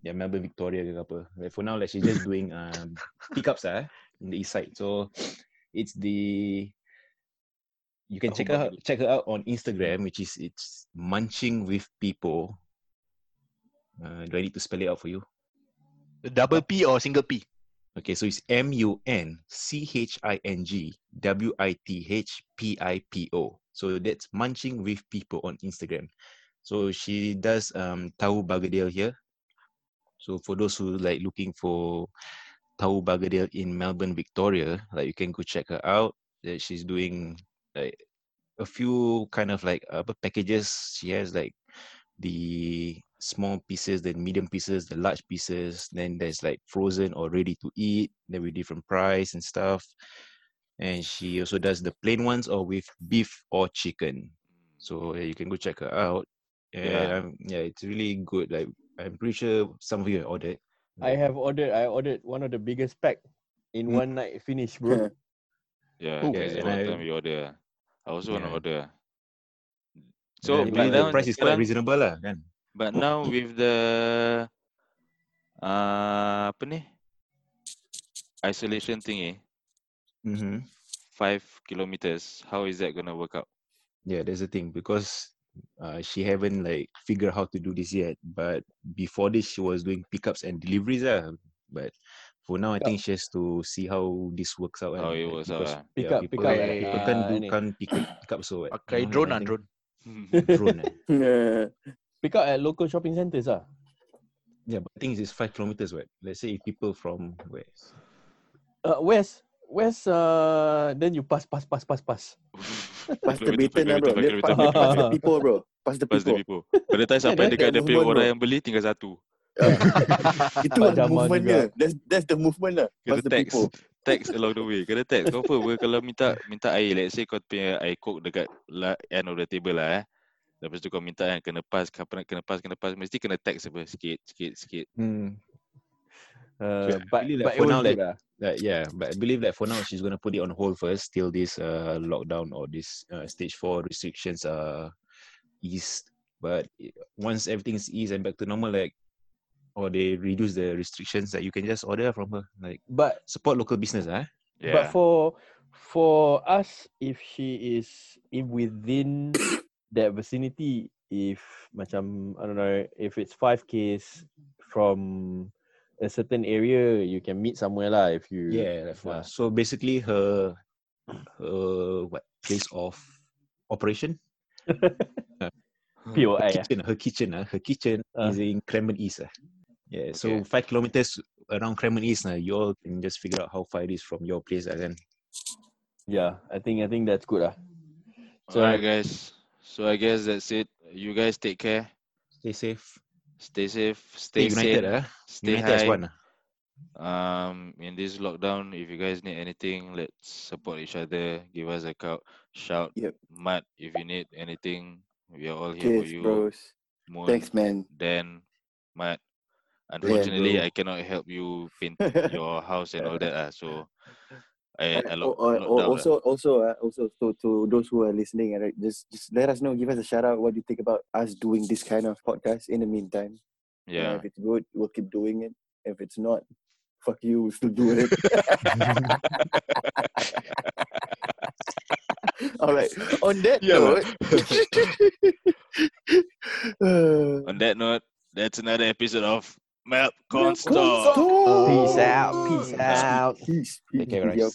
[SPEAKER 7] yeah, Melbourne, Victoria ke apa. Like for now, like she's just doing um, pickups lah eh, in the east side. So it's the you can check her out, check her out on Instagram, which is it's munching with people. Uh, do I need to spell it out for you?
[SPEAKER 5] Double P or single P?
[SPEAKER 7] Okay, so it's M U N C H I N G W I T H P I P O. So that's munching with people on Instagram. So she does um tahu bagadil here. So for those who like looking for tahu bagadil in Melbourne, Victoria, like you can go check her out. That she's doing like a few kind of like uh, packages. She has like the small pieces, the medium pieces, the large pieces. Then there's like frozen or ready to eat. Then with different price and stuff. And she also does the plain ones or with beef or chicken. So yeah, you can go check her out.
[SPEAKER 4] Yeah.
[SPEAKER 7] Yeah, yeah, it's really good. Like I'm pretty sure some of you have ordered.
[SPEAKER 6] I have ordered I ordered one of the biggest pack in
[SPEAKER 7] Mm.
[SPEAKER 6] one night finish, bro.
[SPEAKER 4] Yeah,
[SPEAKER 5] Oh.
[SPEAKER 4] that's the
[SPEAKER 7] Yeah, and
[SPEAKER 4] one
[SPEAKER 7] I-
[SPEAKER 4] time we order. I also want to
[SPEAKER 7] Yeah.
[SPEAKER 4] order. So,
[SPEAKER 7] So
[SPEAKER 6] Yeah,
[SPEAKER 4] but,
[SPEAKER 6] but
[SPEAKER 7] the
[SPEAKER 4] now,
[SPEAKER 7] price is quite
[SPEAKER 4] sekarang-
[SPEAKER 7] reasonable lah kan.
[SPEAKER 4] but now with the uh, apa ni? Isolation thingy,
[SPEAKER 7] Mm-hmm.
[SPEAKER 4] five kilometers. How is that gonna work out?
[SPEAKER 7] Yeah, that's the thing because uh, she haven't like figured how to do this yet. But before this, she was doing pickups and deliveries lah. But for now, I think she has to see how this works out.
[SPEAKER 4] How
[SPEAKER 7] kan.
[SPEAKER 4] it
[SPEAKER 7] Like,
[SPEAKER 4] works out
[SPEAKER 7] because
[SPEAKER 4] lah.
[SPEAKER 6] Pick
[SPEAKER 7] yeah,
[SPEAKER 6] up, pick
[SPEAKER 7] people,
[SPEAKER 6] up.
[SPEAKER 5] eh,
[SPEAKER 7] people can't do
[SPEAKER 6] ah, ni.
[SPEAKER 7] can't pick up, pick up so what?
[SPEAKER 5] Okay,
[SPEAKER 7] you know,
[SPEAKER 5] drone
[SPEAKER 7] I
[SPEAKER 5] ah,
[SPEAKER 7] think-
[SPEAKER 5] drone.
[SPEAKER 7] drone. eh.
[SPEAKER 6] Pick up at local shopping centres ah.
[SPEAKER 7] Yeah, but I think it's five kilometers. What? Let's say if people from where?
[SPEAKER 6] Uh, west, west. Uh, then you pass, pass, pass, pass, pass.
[SPEAKER 2] Past the
[SPEAKER 4] Kilometer,
[SPEAKER 2] baton lah bro.
[SPEAKER 4] kilometer, kilometer,
[SPEAKER 2] Dia pa-
[SPEAKER 6] kilometer.
[SPEAKER 2] Past the people bro. Past the
[SPEAKER 4] Past the
[SPEAKER 2] people.
[SPEAKER 4] people. Pada time sampai
[SPEAKER 6] that-
[SPEAKER 4] dekat
[SPEAKER 2] that
[SPEAKER 4] dia punya
[SPEAKER 2] movement,
[SPEAKER 4] orang
[SPEAKER 2] bro.
[SPEAKER 4] yang beli tinggal satu.
[SPEAKER 2] Itu lah
[SPEAKER 6] Zaman
[SPEAKER 2] movement
[SPEAKER 6] juga.
[SPEAKER 2] dia. That's, that's the movement lah.
[SPEAKER 4] Kena
[SPEAKER 2] Past the
[SPEAKER 4] tax.
[SPEAKER 2] people.
[SPEAKER 4] Tax along the way. Kena tax. Kau apa? Kalau minta minta air, let's say kau punya air coke dekat la, end of the table lah eh. Lepas tu kau minta kan kena pass, kau pernah kena pass, kena pass. Mesti kena tax apa? Sikit, sikit, sikit.
[SPEAKER 7] Hmm.
[SPEAKER 6] Uh, but
[SPEAKER 7] really
[SPEAKER 6] but it
[SPEAKER 7] like for
[SPEAKER 6] was
[SPEAKER 7] now,
[SPEAKER 6] good lah.
[SPEAKER 7] Like, yeah, but I believe that for now she's gonna put it on hold first till this uh, lockdown or this uh, stage four restrictions are eased. But i- once everything's eased and back to normal, like or they reduce the restrictions, that you can just order from her. Like
[SPEAKER 6] But
[SPEAKER 7] support local business, ah.
[SPEAKER 6] but
[SPEAKER 4] Yeah.
[SPEAKER 6] for for us, if she is if within that vicinity, if macam I don't know, if it's five k's from a certain area, you can meet somewhere lah. If you
[SPEAKER 7] Yeah, like
[SPEAKER 6] Ah.
[SPEAKER 7] for- so basically her her what place of operation?
[SPEAKER 6] POI
[SPEAKER 4] uh,
[SPEAKER 6] ah.
[SPEAKER 7] kitchen, her kitchen, ah, her kitchen
[SPEAKER 6] Ah.
[SPEAKER 7] is in Cranbourne East. ah. Yeah, so
[SPEAKER 4] Okay.
[SPEAKER 7] five kilometers around Cranbourne East. ah, you all can just figure out how far it is from your place, and then
[SPEAKER 6] Yeah, I think I think that's good lah. So-
[SPEAKER 4] Alright guys. So I guess that's it. You guys take care.
[SPEAKER 7] stay safe,
[SPEAKER 4] Stay safe. Stay,
[SPEAKER 7] stay united,
[SPEAKER 4] sane.
[SPEAKER 7] ah.
[SPEAKER 4] Stay
[SPEAKER 7] united as
[SPEAKER 4] high.
[SPEAKER 7] one. ah.
[SPEAKER 4] Um, in this lockdown, if you guys need anything, let's support each other. Give us a cou- shout.
[SPEAKER 2] Yep.
[SPEAKER 4] Matt, if you need anything, we are all here for
[SPEAKER 2] Cheers
[SPEAKER 4] you.
[SPEAKER 2] bros.
[SPEAKER 4] Moon,
[SPEAKER 2] Thanks man.
[SPEAKER 4] Dan, Matt. Unfortunately,
[SPEAKER 7] bro.
[SPEAKER 4] I cannot help you paint your house and all that. Ah, so I, I
[SPEAKER 2] And
[SPEAKER 4] lock, locked
[SPEAKER 2] al- al- al-
[SPEAKER 4] down. lah.
[SPEAKER 2] Oh, also, also, uh, also to, to those who are listening, uh, right, just just let us know, give us a shout out what you think about us doing this kind of podcast. In the meantime, You
[SPEAKER 4] yeah.
[SPEAKER 2] know, if it's good, we'll keep doing it. If it's not, fuck you, we'll still do it. All right. On that
[SPEAKER 4] Yeah,
[SPEAKER 2] note,
[SPEAKER 4] On that note, that's another episode of
[SPEAKER 10] Melp Cornstalk.
[SPEAKER 5] Stop.
[SPEAKER 2] Peace out. Peace out.
[SPEAKER 5] Peace.
[SPEAKER 2] Take care, guys.